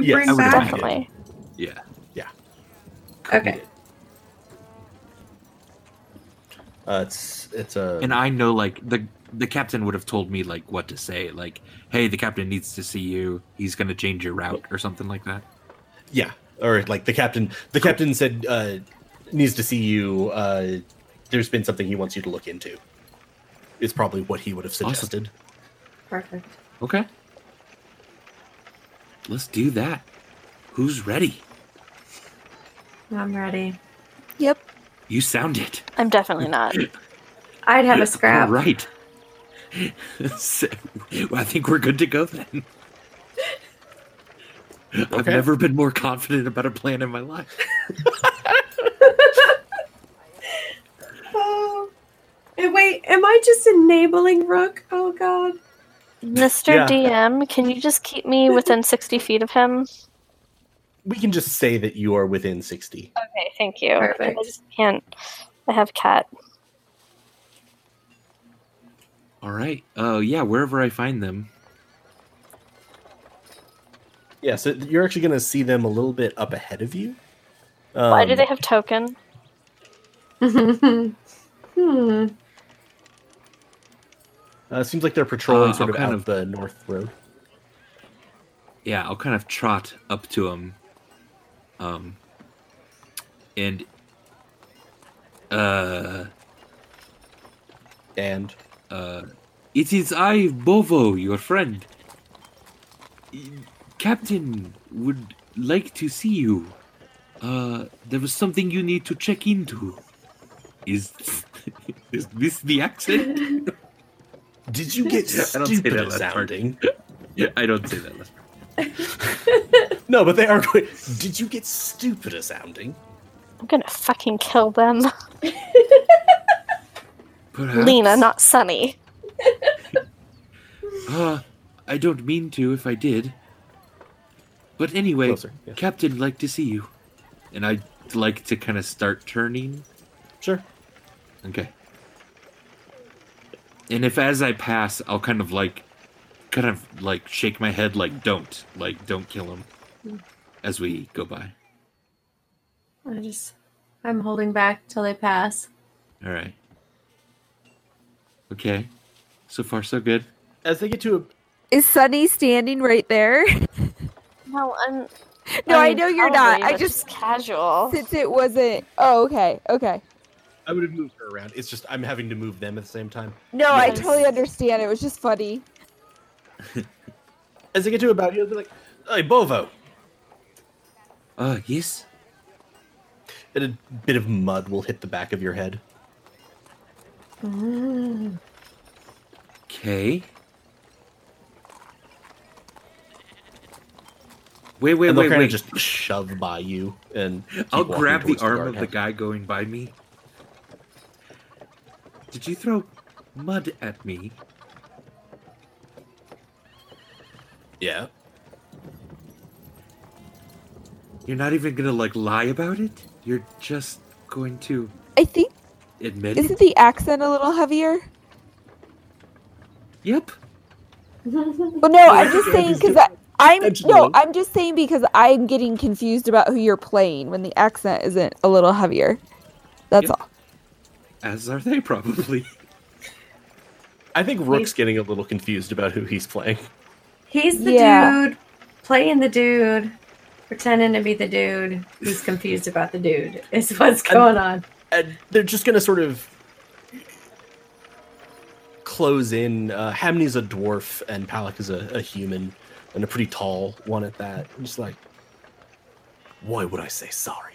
[SPEAKER 7] Yes, I
[SPEAKER 3] bring
[SPEAKER 7] would
[SPEAKER 3] back
[SPEAKER 7] imagine.
[SPEAKER 5] Definitely.
[SPEAKER 4] Yeah.
[SPEAKER 7] Yeah.
[SPEAKER 3] Okay.
[SPEAKER 7] Uh, it's it's a
[SPEAKER 4] And I know like the the captain would have told me like what to say, like, "Hey, the captain needs to see you. He's gonna change your route or something like that."
[SPEAKER 7] yeah, or like the captain. The captain said uh, needs to see you. Uh, there's been something he wants you to look into. Is probably what he would have
[SPEAKER 4] Awesome.
[SPEAKER 7] suggested.
[SPEAKER 3] perfect
[SPEAKER 4] Okay. Let's do that. Who's ready?
[SPEAKER 3] i'm ready
[SPEAKER 6] Yep.
[SPEAKER 4] You sound it.
[SPEAKER 5] I'm definitely not.
[SPEAKER 3] i'd have a scrap
[SPEAKER 4] All right. So, well, I think we're good to go then. I've
[SPEAKER 7] Okay.
[SPEAKER 4] never been more confident about a plan in my life.
[SPEAKER 3] Oh, and wait, am I just enabling Rook? Oh God.
[SPEAKER 5] Mr.
[SPEAKER 7] Yeah.
[SPEAKER 5] DM, can you just keep me within 60 feet of him?
[SPEAKER 7] We can just say that you are within sixty.
[SPEAKER 5] Okay, thank you.
[SPEAKER 3] Perfect.
[SPEAKER 5] I just can't. I have cat.
[SPEAKER 4] All right. Oh yeah, wherever I find them.
[SPEAKER 7] Yeah, so you're actually going to see them a little bit up ahead of you. Um,
[SPEAKER 5] Why do they have token?
[SPEAKER 3] hmm.
[SPEAKER 7] Uh, seems like they're patrolling
[SPEAKER 4] Uh,
[SPEAKER 7] sort
[SPEAKER 4] I'll
[SPEAKER 7] of
[SPEAKER 4] kind
[SPEAKER 7] out
[SPEAKER 4] of-
[SPEAKER 7] the north road.
[SPEAKER 4] yeah, I'll kind of trot up to him. Um, and uh,
[SPEAKER 7] And
[SPEAKER 4] uh, it is I, Bovo, your friend. Captain would like to see you. Uh, there was something you need to check into. Is is this the accent?
[SPEAKER 7] did you get
[SPEAKER 4] I don't say
[SPEAKER 7] stupid
[SPEAKER 4] that
[SPEAKER 7] at
[SPEAKER 4] last part.
[SPEAKER 7] sounding?
[SPEAKER 4] Yeah, I don't say that. Last
[SPEAKER 7] No, but they are going. Did you get stupid at sounding?
[SPEAKER 5] I'm gonna fucking kill them.
[SPEAKER 4] Perhaps.
[SPEAKER 5] Lena, not Sunny.
[SPEAKER 4] Uh, I don't mean to if I did. But anyway,
[SPEAKER 7] Closer, yeah.
[SPEAKER 4] Captain, like to see you. and I'd like to kind of start turning.
[SPEAKER 2] Sure.
[SPEAKER 4] Okay. And if as I pass, I'll kind of like, kind of like shake my head, like don't, like don't kill him, as we go by.
[SPEAKER 3] I just, I'm holding back till they pass.
[SPEAKER 4] All right. Okay. So far, so good.
[SPEAKER 2] As they get to a
[SPEAKER 6] Is Sunny standing right there?
[SPEAKER 5] No, I'm.
[SPEAKER 6] No, I
[SPEAKER 5] I'm
[SPEAKER 6] know you're not.
[SPEAKER 5] probably,
[SPEAKER 6] I
[SPEAKER 5] but
[SPEAKER 6] just
[SPEAKER 5] casual.
[SPEAKER 6] since it wasn't. Oh, okay, okay.
[SPEAKER 7] I would have moved her around. It's just I'm having to move them at the same time.
[SPEAKER 6] No, I
[SPEAKER 5] Yes.
[SPEAKER 6] totally understand. It was just funny.
[SPEAKER 7] As they get to about you, they're like, "Hey, Bovo!"
[SPEAKER 4] Uh, yes.
[SPEAKER 7] And a bit of mud will hit the back of your head.
[SPEAKER 4] Okay. Wait, wait,
[SPEAKER 7] and they'll
[SPEAKER 4] wait,
[SPEAKER 7] kind
[SPEAKER 4] wait.
[SPEAKER 7] of just shove by you. And keep
[SPEAKER 4] I'll
[SPEAKER 7] walking
[SPEAKER 4] grab the
[SPEAKER 7] towards
[SPEAKER 4] arm of
[SPEAKER 7] guardhouse.
[SPEAKER 4] the guy going by me. Did you throw mud at me?
[SPEAKER 7] Yeah.
[SPEAKER 4] You're not even gonna like lie about it? You're just going to
[SPEAKER 6] I think
[SPEAKER 4] admit it?
[SPEAKER 6] isn't the accent a little heavier?
[SPEAKER 4] Yep.
[SPEAKER 6] Well, no, I'm just saying because I'm no,
[SPEAKER 2] Absolutely.
[SPEAKER 6] I'm just saying because I'm getting confused about who you're playing when the accent isn't a little heavier. That's
[SPEAKER 4] Yeah.
[SPEAKER 6] all.
[SPEAKER 4] As are they probably.
[SPEAKER 7] I think Rook's getting a little confused about who he's playing.
[SPEAKER 3] He's the
[SPEAKER 6] Yeah.
[SPEAKER 3] dude playing the dude, pretending to be the dude. He's confused about the dude. Is what's going on.
[SPEAKER 7] And they're just going to sort of close in. Uh, Hamney's a dwarf, and Palak is a, a human, and a pretty tall one at that. I'm just like, why would I say sorry?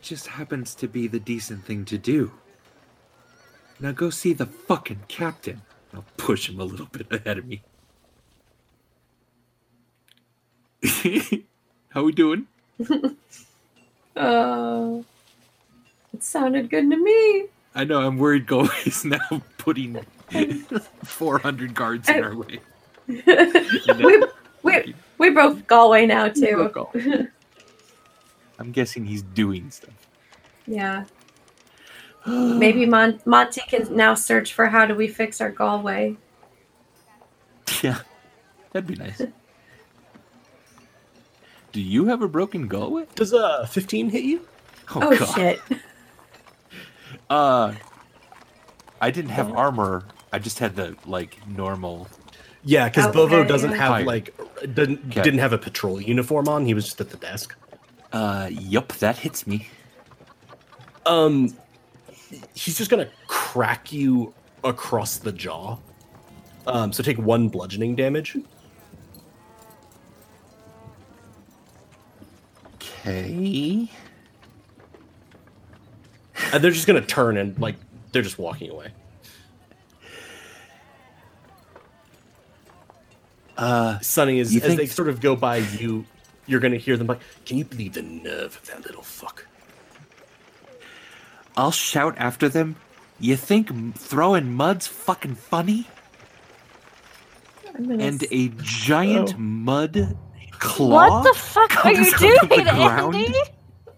[SPEAKER 4] Just happens to be the decent thing to do. Now go see the fucking captain. I'll push him a little bit ahead of me. How we doing?
[SPEAKER 3] Oh, it sounded good to me.
[SPEAKER 4] I know I'm worried Go is now putting 400 guards in our way.
[SPEAKER 3] we we we broke Galway now too.
[SPEAKER 4] I'm guessing he's doing stuff.
[SPEAKER 3] Yeah. Maybe Mon- Monty can now search for how do we fix our Galway.
[SPEAKER 4] Yeah, that'd be nice. Do you have a broken Galway?
[SPEAKER 7] Does uh 15 hit you?
[SPEAKER 3] Oh, shit.
[SPEAKER 4] Uh, I didn't have armor. I just had the like normal.
[SPEAKER 7] Yeah, because Bovo
[SPEAKER 3] Okay.
[SPEAKER 7] doesn't have
[SPEAKER 4] Fire.
[SPEAKER 7] like didn't
[SPEAKER 4] Okay.
[SPEAKER 7] didn't have a patrol uniform on. He was just at the desk.
[SPEAKER 4] Uh, yup, that hits me.
[SPEAKER 7] Um, he's just gonna crack you across the jaw. Um, so take one bludgeoning damage.
[SPEAKER 4] Okay.
[SPEAKER 7] And Uh, they're just gonna turn and like they're just walking away.
[SPEAKER 4] Uh,
[SPEAKER 7] Sunny is
[SPEAKER 4] You
[SPEAKER 7] as
[SPEAKER 4] think-
[SPEAKER 7] they sort of go by you, you're gonna hear them like, "Can you believe the nerve of that little fuck?"
[SPEAKER 4] I'll shout after them. You think m- throwing mud's fucking funny?
[SPEAKER 3] I'm gonna
[SPEAKER 4] And
[SPEAKER 3] s-
[SPEAKER 4] a giant
[SPEAKER 2] Oh.
[SPEAKER 4] mud claw.
[SPEAKER 5] What the fuck are you
[SPEAKER 4] comes out of the
[SPEAKER 5] doing,
[SPEAKER 4] ground?
[SPEAKER 5] Andy?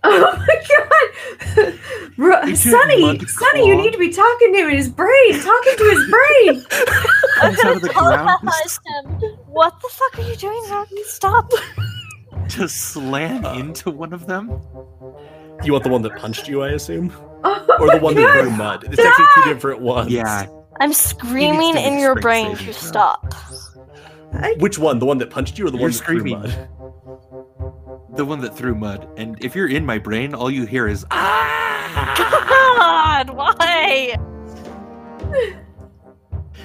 [SPEAKER 3] Oh my god! Ro-
[SPEAKER 4] You two
[SPEAKER 3] Sonny,
[SPEAKER 4] mud
[SPEAKER 3] Sonny, you
[SPEAKER 4] claw.
[SPEAKER 3] need to be talking to him in his brain, talking to his brain.
[SPEAKER 4] comes out of the ground just,
[SPEAKER 5] What the fuck are you doing, Rocky? Stop.
[SPEAKER 4] just slam into one of them.
[SPEAKER 7] You want the one that punched you, I assume,
[SPEAKER 3] Oh
[SPEAKER 7] or the one that
[SPEAKER 3] God.
[SPEAKER 7] threw mud. It's actually two different ones.
[SPEAKER 4] Yeah,
[SPEAKER 5] I'm screaming
[SPEAKER 4] to be
[SPEAKER 5] in your
[SPEAKER 4] strength
[SPEAKER 5] brain
[SPEAKER 4] saving
[SPEAKER 5] to
[SPEAKER 4] throw.
[SPEAKER 5] stop.
[SPEAKER 7] Which one? The one that punched you, or the
[SPEAKER 4] You're
[SPEAKER 7] one that threw
[SPEAKER 4] screaming.
[SPEAKER 7] mud?
[SPEAKER 4] the one that threw mud. And if you're in my brain, all you hear is ah.
[SPEAKER 5] God, why?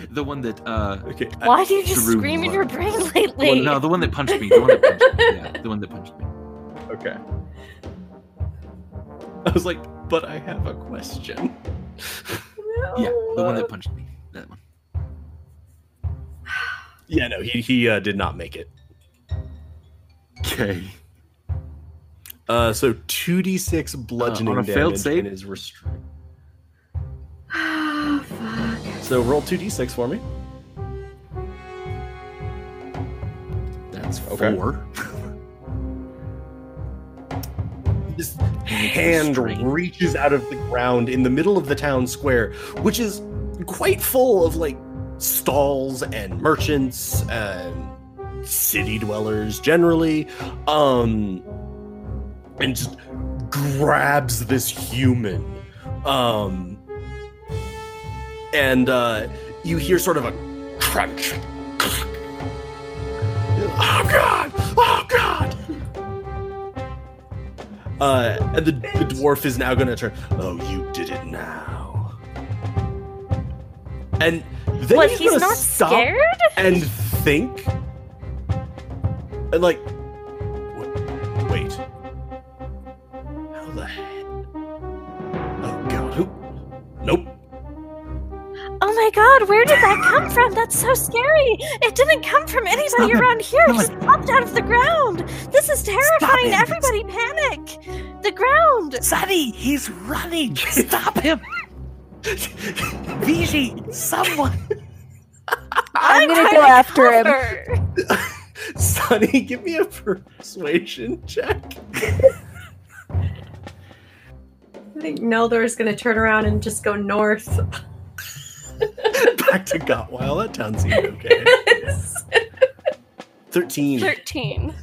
[SPEAKER 4] The one that uh,
[SPEAKER 7] Okay. I-
[SPEAKER 5] Why do you just
[SPEAKER 4] threw
[SPEAKER 5] scream in your
[SPEAKER 4] mud.
[SPEAKER 5] brain lately?
[SPEAKER 4] well, no, the one that punched me. The one that punched me. Yeah, the one that punched me.
[SPEAKER 7] Okay. I was like, but I have a question.
[SPEAKER 4] Yeah, the
[SPEAKER 3] Oh.
[SPEAKER 4] one that punched me. That one.
[SPEAKER 7] Yeah, no, he he uh, did not make it.
[SPEAKER 4] Okay.
[SPEAKER 7] Uh, so two d six bludgeoning
[SPEAKER 4] on a failed
[SPEAKER 7] damage
[SPEAKER 4] save?
[SPEAKER 7] and is restrained.
[SPEAKER 3] Oh, fuck.
[SPEAKER 7] So roll two d six for me.
[SPEAKER 4] That's
[SPEAKER 9] Okay.
[SPEAKER 7] four. this hand reaches out of the ground in the middle of the town square, which is quite full of like stalls and merchants and city dwellers generally. Um, and just grabs this human. Um, and uh, you hear sort of a crunch. Oh god! Oh god! Uh, and the, the dwarf is now gonna turn. Oh, you did it now. And then
[SPEAKER 5] What?
[SPEAKER 7] he's,
[SPEAKER 5] He's
[SPEAKER 7] gonna
[SPEAKER 5] not
[SPEAKER 7] stop
[SPEAKER 5] scared?
[SPEAKER 7] and think. And like, wa- wait. How the? Heck? Oh god! Who? Nope.
[SPEAKER 5] Oh my god, where did that come from? That's so scary! It didn't come from anybody
[SPEAKER 7] Stop it.
[SPEAKER 5] around here. It
[SPEAKER 7] No,
[SPEAKER 5] just popped out of the ground. This is terrifying.
[SPEAKER 7] it.
[SPEAKER 5] Everybody panic. The ground.
[SPEAKER 4] Sonny, he's running! Stop him! Vigi, someone!
[SPEAKER 6] I'm gonna go after him.
[SPEAKER 5] him.
[SPEAKER 7] Sonny, give me a persuasion check.
[SPEAKER 3] I think Neldor is going to turn around and just go north.
[SPEAKER 7] Back to Gotwild. That town seemed okay. Thirteen.
[SPEAKER 5] 13.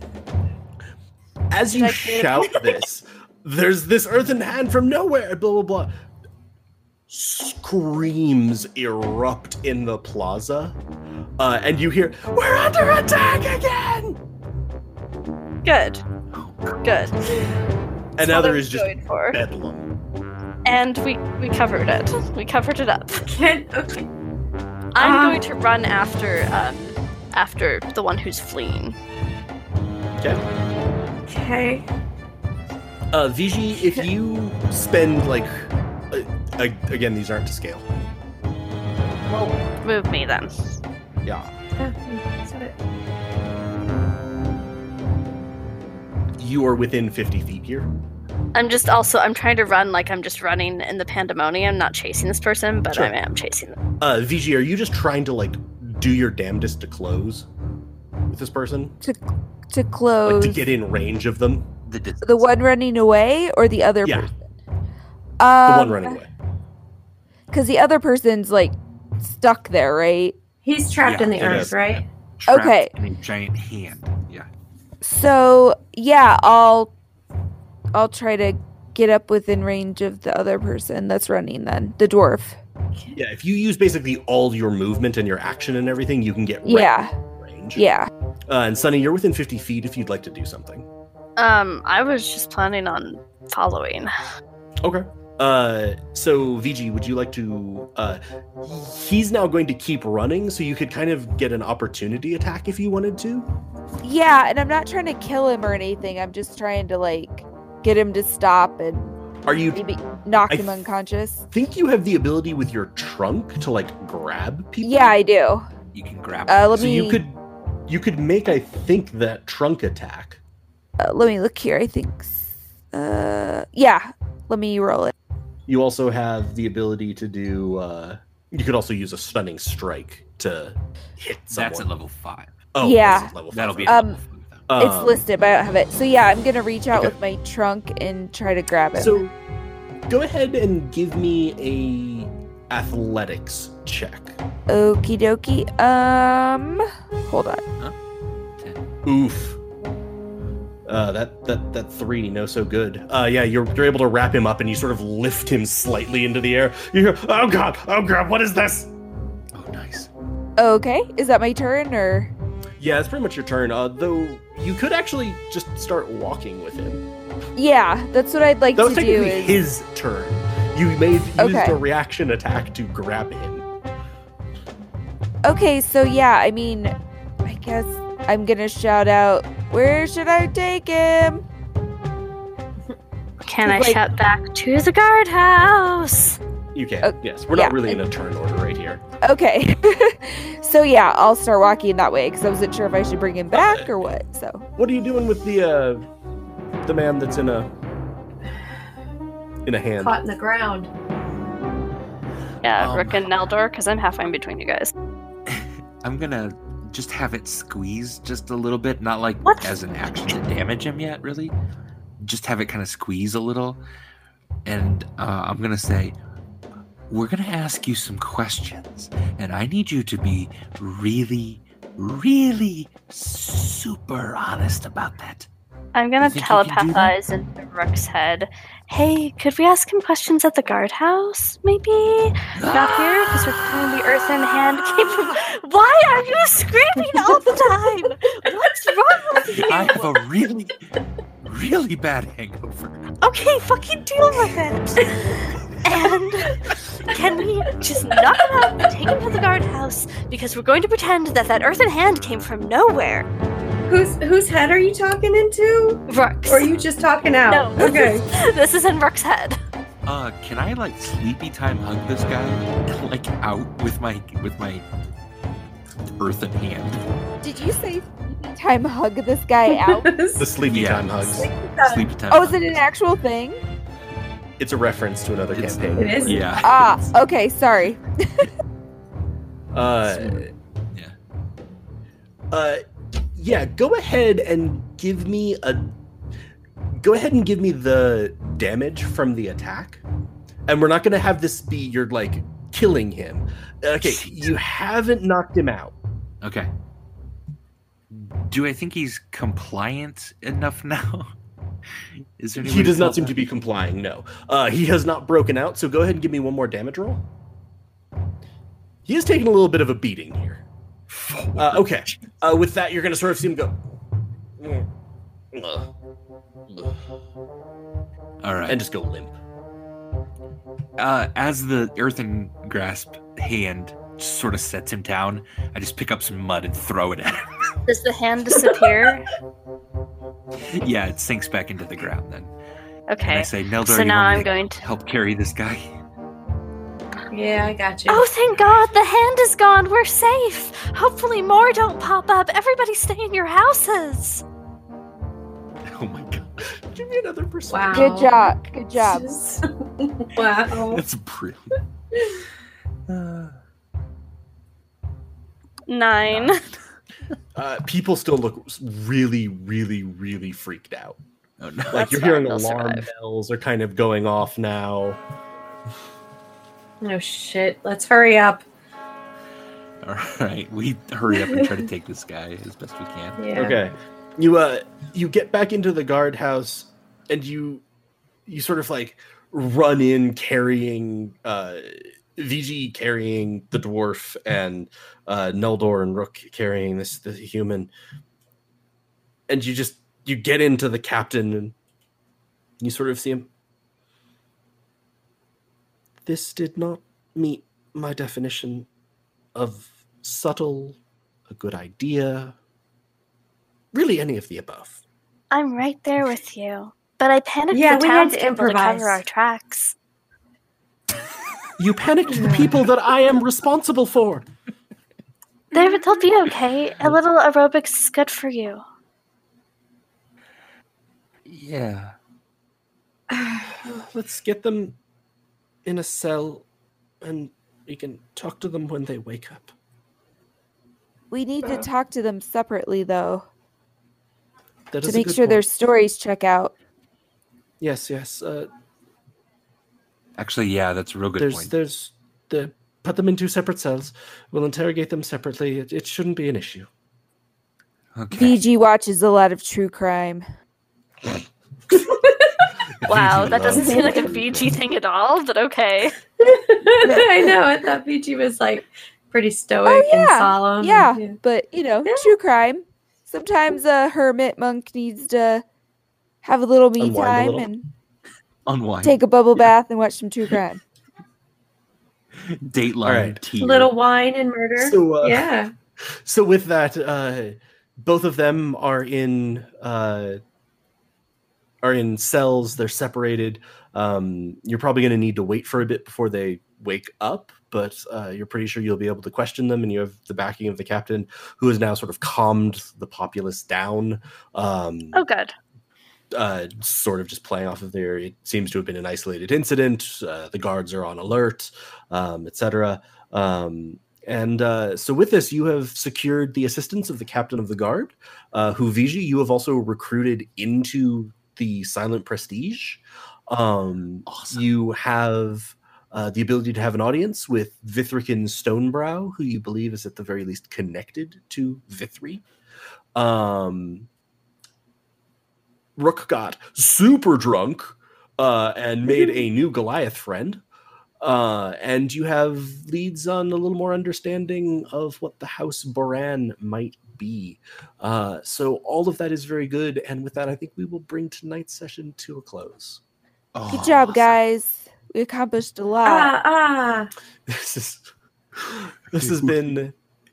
[SPEAKER 7] As you shout this, there's this earthen hand from nowhere, blah, blah, blah. Screams erupt in the plaza. Uh, and you hear, We're under attack again!
[SPEAKER 5] Good. Good. That's what
[SPEAKER 7] Another
[SPEAKER 5] I
[SPEAKER 7] is
[SPEAKER 5] was
[SPEAKER 7] just
[SPEAKER 5] going for.
[SPEAKER 7] bedlam.
[SPEAKER 5] And we we covered it. We covered it up.
[SPEAKER 3] Can, okay.
[SPEAKER 5] I'm
[SPEAKER 3] Ah.
[SPEAKER 5] going to run after um after the one who's fleeing.
[SPEAKER 3] Okay.
[SPEAKER 7] Uh, Vigi, if you spend like. Uh, ag- again, these aren't to scale.
[SPEAKER 5] Move me then.
[SPEAKER 7] Yeah.
[SPEAKER 3] Yeah, that's what it-
[SPEAKER 7] You are within 50 feet here.
[SPEAKER 5] I'm just also I'm trying to run like I'm just running in the pandemonium, not chasing this person, but
[SPEAKER 7] Sure.
[SPEAKER 5] I am chasing them.
[SPEAKER 7] Uh, Vigi, are you just trying to like do your damnedest to close with this person?
[SPEAKER 6] To close
[SPEAKER 7] Like to get in range of them?
[SPEAKER 4] The dis-
[SPEAKER 6] the one running away or the other
[SPEAKER 7] Yeah.
[SPEAKER 6] person?
[SPEAKER 7] The
[SPEAKER 6] Um,
[SPEAKER 7] one running away.
[SPEAKER 6] Because the other person's like stuck there, right?
[SPEAKER 3] He's trapped
[SPEAKER 4] Yeah,
[SPEAKER 3] in the
[SPEAKER 7] it
[SPEAKER 3] earth,
[SPEAKER 7] is.
[SPEAKER 3] right?
[SPEAKER 4] trapped
[SPEAKER 6] Okay.
[SPEAKER 4] In a giant hand. Yeah.
[SPEAKER 6] So yeah, I'll I'll try to get up within range of the other person that's running then. The dwarf.
[SPEAKER 7] Yeah, if you use basically all your movement and your action and everything, you can get right
[SPEAKER 6] Yeah.
[SPEAKER 7] in range.
[SPEAKER 6] Yeah.
[SPEAKER 7] Uh, and Sunny, you're within 50 feet if you'd like to do something.
[SPEAKER 5] Um, I was just planning on following.
[SPEAKER 7] Okay. Uh, so VG, would you like to? Uh, he's now going to keep running, so you could kind of get an opportunity attack if you wanted to.
[SPEAKER 6] Yeah, and I'm not trying to kill him or anything. I'm just trying to like get him to stop and
[SPEAKER 7] Are you?
[SPEAKER 6] maybe knock
[SPEAKER 7] I
[SPEAKER 6] him
[SPEAKER 7] th-
[SPEAKER 6] unconscious.
[SPEAKER 7] Think you have the ability with your trunk to like grab people?
[SPEAKER 6] Yeah, I do.
[SPEAKER 4] You can grab
[SPEAKER 6] Uh, let
[SPEAKER 7] so
[SPEAKER 6] me
[SPEAKER 7] you could you could make I think that trunk attack.
[SPEAKER 6] uh, let me look here. I think s- uh yeah, let me roll it.
[SPEAKER 7] You also have the ability to do. Uh, you could also use a stunning strike to hit someone.
[SPEAKER 4] That's at level 5.
[SPEAKER 7] oh,
[SPEAKER 6] Yeah.
[SPEAKER 7] this is level five,
[SPEAKER 4] That'll be
[SPEAKER 7] right?
[SPEAKER 4] at
[SPEAKER 6] Um,
[SPEAKER 4] level 5. then.
[SPEAKER 6] it's
[SPEAKER 7] Um,
[SPEAKER 6] listed, but I don't have it. So yeah, I'm going to reach out
[SPEAKER 7] okay.
[SPEAKER 6] with my trunk and try to grab him.
[SPEAKER 7] So, go ahead and give me a athletics check.
[SPEAKER 6] Okie dokie. Um, hold on.
[SPEAKER 7] Oof. Uh, that that that three no so good. Uh, yeah, you're you're able to wrap him up and you sort of lift him slightly into the air. You hear, oh god, oh god, what is this?
[SPEAKER 4] Oh, nice.
[SPEAKER 6] Okay, is that my turn or?
[SPEAKER 7] Yeah, that's pretty much your turn. Uh, though you could actually just start walking with him.
[SPEAKER 6] Yeah, that's what I'd like
[SPEAKER 7] That
[SPEAKER 6] to
[SPEAKER 7] was
[SPEAKER 6] do.
[SPEAKER 7] technically
[SPEAKER 6] Is
[SPEAKER 7] his turn. You made used
[SPEAKER 6] Okay.
[SPEAKER 7] a reaction attack to grab him.
[SPEAKER 6] okay. So yeah, I mean, I guess I'm gonna shout out. Where should I take him?
[SPEAKER 5] Can I
[SPEAKER 6] Like-
[SPEAKER 5] shout back to the guardhouse?
[SPEAKER 7] You can.
[SPEAKER 6] Uh,
[SPEAKER 7] yes, we're
[SPEAKER 6] yeah,
[SPEAKER 7] not really
[SPEAKER 6] and-
[SPEAKER 7] in a turn order right here.
[SPEAKER 6] Okay. so yeah, I'll start walking that way because I wasn't sure if I should bring him back or what. So
[SPEAKER 7] What are you doing with the uh, the man that's in a in a hand?
[SPEAKER 3] Caught in the ground.
[SPEAKER 5] Yeah,
[SPEAKER 4] Um,
[SPEAKER 5] Rook and Neldor, because I'm halfway in between you guys.
[SPEAKER 4] I'm gonna just have it squeezed just a little bit, not like
[SPEAKER 5] What?
[SPEAKER 4] as an action to damage him yet, really. Just have it kind of squeeze a little. And uh, I'm going to say, we're going to ask you some questions, and I need you to be really, really super honest about that.
[SPEAKER 5] I'm gonna
[SPEAKER 4] You think you can do that?
[SPEAKER 5] telepathize into Rook's head. Hey, could we ask him questions at the guardhouse? Maybe not here because we're playing the Earth in Hand game. Why are you screaming all the time? What's wrong with you?
[SPEAKER 4] I have a really, really bad hangover.
[SPEAKER 5] Okay, fucking deal with it. And can we just knock him out and take him to the guardhouse because we're going to pretend that that Earth in Hand came from nowhere?
[SPEAKER 3] Whose whose head are you talking into?
[SPEAKER 5] Rook's.
[SPEAKER 3] Or are you just talking
[SPEAKER 5] no,
[SPEAKER 3] out?
[SPEAKER 5] this
[SPEAKER 3] Okay.
[SPEAKER 5] is- this is in Rook's head.
[SPEAKER 4] Uh, can I like sleepy time hug this guy, like out with my with my earthen hand?
[SPEAKER 6] Did you say time hug this guy out?
[SPEAKER 7] The sleepy
[SPEAKER 4] Yeah.
[SPEAKER 7] time hugs.
[SPEAKER 4] Sleepy time.
[SPEAKER 6] oh, is
[SPEAKER 4] hug.
[SPEAKER 6] it an actual thing?
[SPEAKER 7] It's a reference to another
[SPEAKER 4] It's-
[SPEAKER 7] campaign.
[SPEAKER 3] It is.
[SPEAKER 4] Yeah.
[SPEAKER 6] Ah, okay, sorry. oh,
[SPEAKER 7] Uh,
[SPEAKER 4] Yeah.
[SPEAKER 7] Uh, yeah. Go ahead and give me a. Go ahead and give me the damage from the attack, and we're not going to have this be you're like killing him. Okay, you haven't knocked him out.
[SPEAKER 4] Okay. Do I think he's compliant enough now? Is there any
[SPEAKER 7] He
[SPEAKER 4] way
[SPEAKER 7] does
[SPEAKER 4] tell
[SPEAKER 7] not seem
[SPEAKER 4] that?
[SPEAKER 7] to be complying. No, uh, he has not broken out. So go ahead and give me one more damage roll. He is taking a little bit of a beating here. Uh, okay, uh, with that, you're going to sort of see him go. "Mm, ugh,"
[SPEAKER 4] All right.
[SPEAKER 7] and just go limp.
[SPEAKER 4] uh, as the earthen grasp hand sort of sets him down, I just pick up some mud and throw it at him.
[SPEAKER 5] Does the hand disappear?
[SPEAKER 4] yeah, it sinks back into the ground then. And I
[SPEAKER 5] Okay.
[SPEAKER 4] say, Neldor,
[SPEAKER 5] So
[SPEAKER 4] you
[SPEAKER 5] now
[SPEAKER 4] want me
[SPEAKER 5] I'm
[SPEAKER 4] to
[SPEAKER 5] going to.
[SPEAKER 4] help carry this guy?
[SPEAKER 3] Yeah, I got you.
[SPEAKER 5] Oh, thank God, the hand is gone. We're safe. Hopefully, more don't pop up. Everybody stay in your houses.
[SPEAKER 4] Oh my god.
[SPEAKER 7] Give me another percent.
[SPEAKER 3] Wow.
[SPEAKER 6] Good job. Good job.
[SPEAKER 3] wow.
[SPEAKER 4] That's brilliant. Uh,
[SPEAKER 5] Nine.
[SPEAKER 7] Uh, people still look really, really, really freaked out.
[SPEAKER 4] oh no.
[SPEAKER 7] Like
[SPEAKER 5] That's
[SPEAKER 7] you're
[SPEAKER 5] fine,
[SPEAKER 7] hearing
[SPEAKER 5] they'll
[SPEAKER 7] alarm
[SPEAKER 5] survive.
[SPEAKER 7] bells are kind of going off now.
[SPEAKER 3] Oh shit. Let's hurry up.
[SPEAKER 4] All right, we hurry up and try to take this guy as best we can.
[SPEAKER 3] Yeah.
[SPEAKER 7] Okay. You uh you get back into the guardhouse and you you sort of like run in carrying uh VG carrying the dwarf and uh Neldor and Rook carrying this the human. And you just you get into the captain and you sort of see him. This did not meet my definition of subtle, a good idea, really any of the above.
[SPEAKER 5] I'm right there with you. But I panicked
[SPEAKER 3] Yeah,
[SPEAKER 5] the
[SPEAKER 3] we had to
[SPEAKER 5] townspeople to
[SPEAKER 3] improvise.
[SPEAKER 5] cover our tracks.
[SPEAKER 7] You panicked the people that I am responsible for.
[SPEAKER 5] They, they'll be okay. A little aerobics is good for you.
[SPEAKER 4] Yeah.
[SPEAKER 7] Let's get them in a cell and we can talk to them when they wake up.
[SPEAKER 6] We need to talk to them separately though
[SPEAKER 7] That
[SPEAKER 6] to
[SPEAKER 7] is a
[SPEAKER 6] make
[SPEAKER 7] good
[SPEAKER 6] sure
[SPEAKER 7] point.
[SPEAKER 6] their stories check out.
[SPEAKER 7] yes, yes. Uh,
[SPEAKER 4] Actually, yeah, that's a real good
[SPEAKER 7] there's
[SPEAKER 4] point.
[SPEAKER 7] there's the put them in two separate cells. We'll interrogate them separately. It, it shouldn't be an issue.
[SPEAKER 4] okay.
[SPEAKER 6] VG watches a lot of true crime.
[SPEAKER 5] Wow, that doesn't seem like a VG thing at all, but okay.
[SPEAKER 3] I know. I thought Fiji was like pretty stoic
[SPEAKER 6] Oh,
[SPEAKER 3] and
[SPEAKER 6] yeah.
[SPEAKER 3] solemn. and-
[SPEAKER 6] yeah, but you know,
[SPEAKER 3] Um, Yeah.
[SPEAKER 6] true crime. Sometimes a hermit monk needs to have a little me
[SPEAKER 7] Unwind a
[SPEAKER 6] time
[SPEAKER 7] little.
[SPEAKER 6] and
[SPEAKER 4] Unwind.
[SPEAKER 6] take a bubble bath and watch some true crime.
[SPEAKER 4] Dateline
[SPEAKER 7] All right.
[SPEAKER 4] tea.
[SPEAKER 3] Little wine and murder.
[SPEAKER 7] So, uh,
[SPEAKER 3] yeah.
[SPEAKER 7] So with that, uh, both of them are in uh, are in cells. They're separated. Um, you're probably going to need to wait for a bit before they wake up, but uh, you're pretty sure you'll be able to question them. And you have the backing of the captain, who has now sort of calmed the populace down. Um,
[SPEAKER 5] Oh, good.
[SPEAKER 7] uh, sort of just playing off of there. It seems to have been an isolated incident. Uh, the guards are on alert, um, etc. Um, And uh, so, with this, you have secured the assistance of the captain of the guard, uh, who Viji you have also recruited into the Silent Prestige. Um,
[SPEAKER 4] Awesome.
[SPEAKER 7] You have uh, the ability to have an audience with Vithrican Stonebrow, who you believe is at the very least connected to Vithri. Um, Rook got super drunk uh, and made a new Goliath friend. Uh, and you have leads on a little more understanding of what the House Boran might be. Uh, so all of that is very good. And with that, I think we will bring tonight's session to a close.
[SPEAKER 6] Good
[SPEAKER 4] Oh,
[SPEAKER 6] job,
[SPEAKER 4] awesome.
[SPEAKER 6] guys. We accomplished a lot.
[SPEAKER 3] Ah, ah.
[SPEAKER 7] This is this has been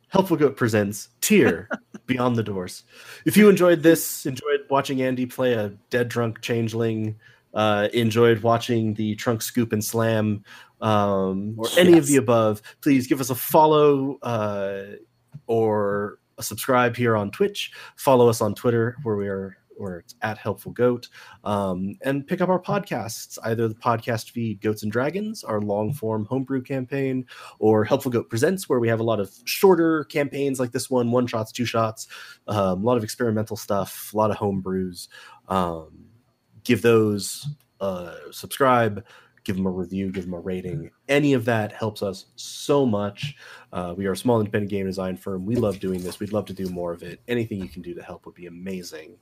[SPEAKER 7] Helpful Goat presents Tear Beyond the Doors. If you enjoyed this, enjoyed watching Andy play a dead drunk changeling, uh, enjoyed watching the trunk scoop and slam, um, or any of the above, please give us a follow uh, or a subscribe here on Twitch. Follow us on Twitter where we are. Where it's at Helpful Goat, um, and pick up our podcasts, either the podcast feed Goats and Dragons, our long form homebrew campaign, or Helpful Goat Presents, where we have a lot of shorter campaigns like this one, one shots, two shots, um, a lot of experimental stuff, a lot of homebrews. Um, give those uh, subscribe, give them a review, give them a rating. Any of that helps us so much. Uh, we are a small independent game design firm. We love doing this. We'd love to do more of it. Anything you can do to help would be amazing.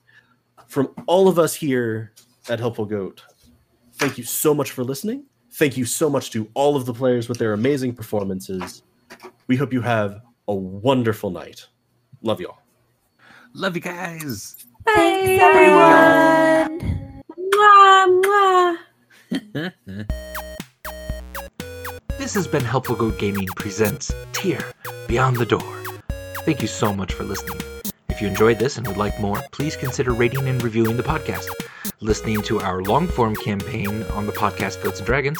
[SPEAKER 7] From all of us here at Helpful Goat, thank you so much for listening. Thank you so much to all of the players with their amazing performances. We hope you have a wonderful night. Love y'all.
[SPEAKER 4] Love you guys.
[SPEAKER 3] Bye.
[SPEAKER 6] everyone.
[SPEAKER 3] Mwah, mwah.
[SPEAKER 4] This has been Helpful Goat Gaming Presents Tier Beyond the Door. Thank you so much for listening. If you enjoyed this and would like more, please consider rating and reviewing the podcast, listening to our long form campaign on the podcast Goats and Dragons,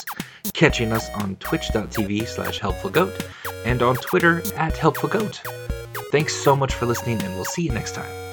[SPEAKER 4] catching us on twitch.tv slash helpfulgoat, and on Twitter at helpfulgoat. Thanks so much for listening, and we'll see you next time.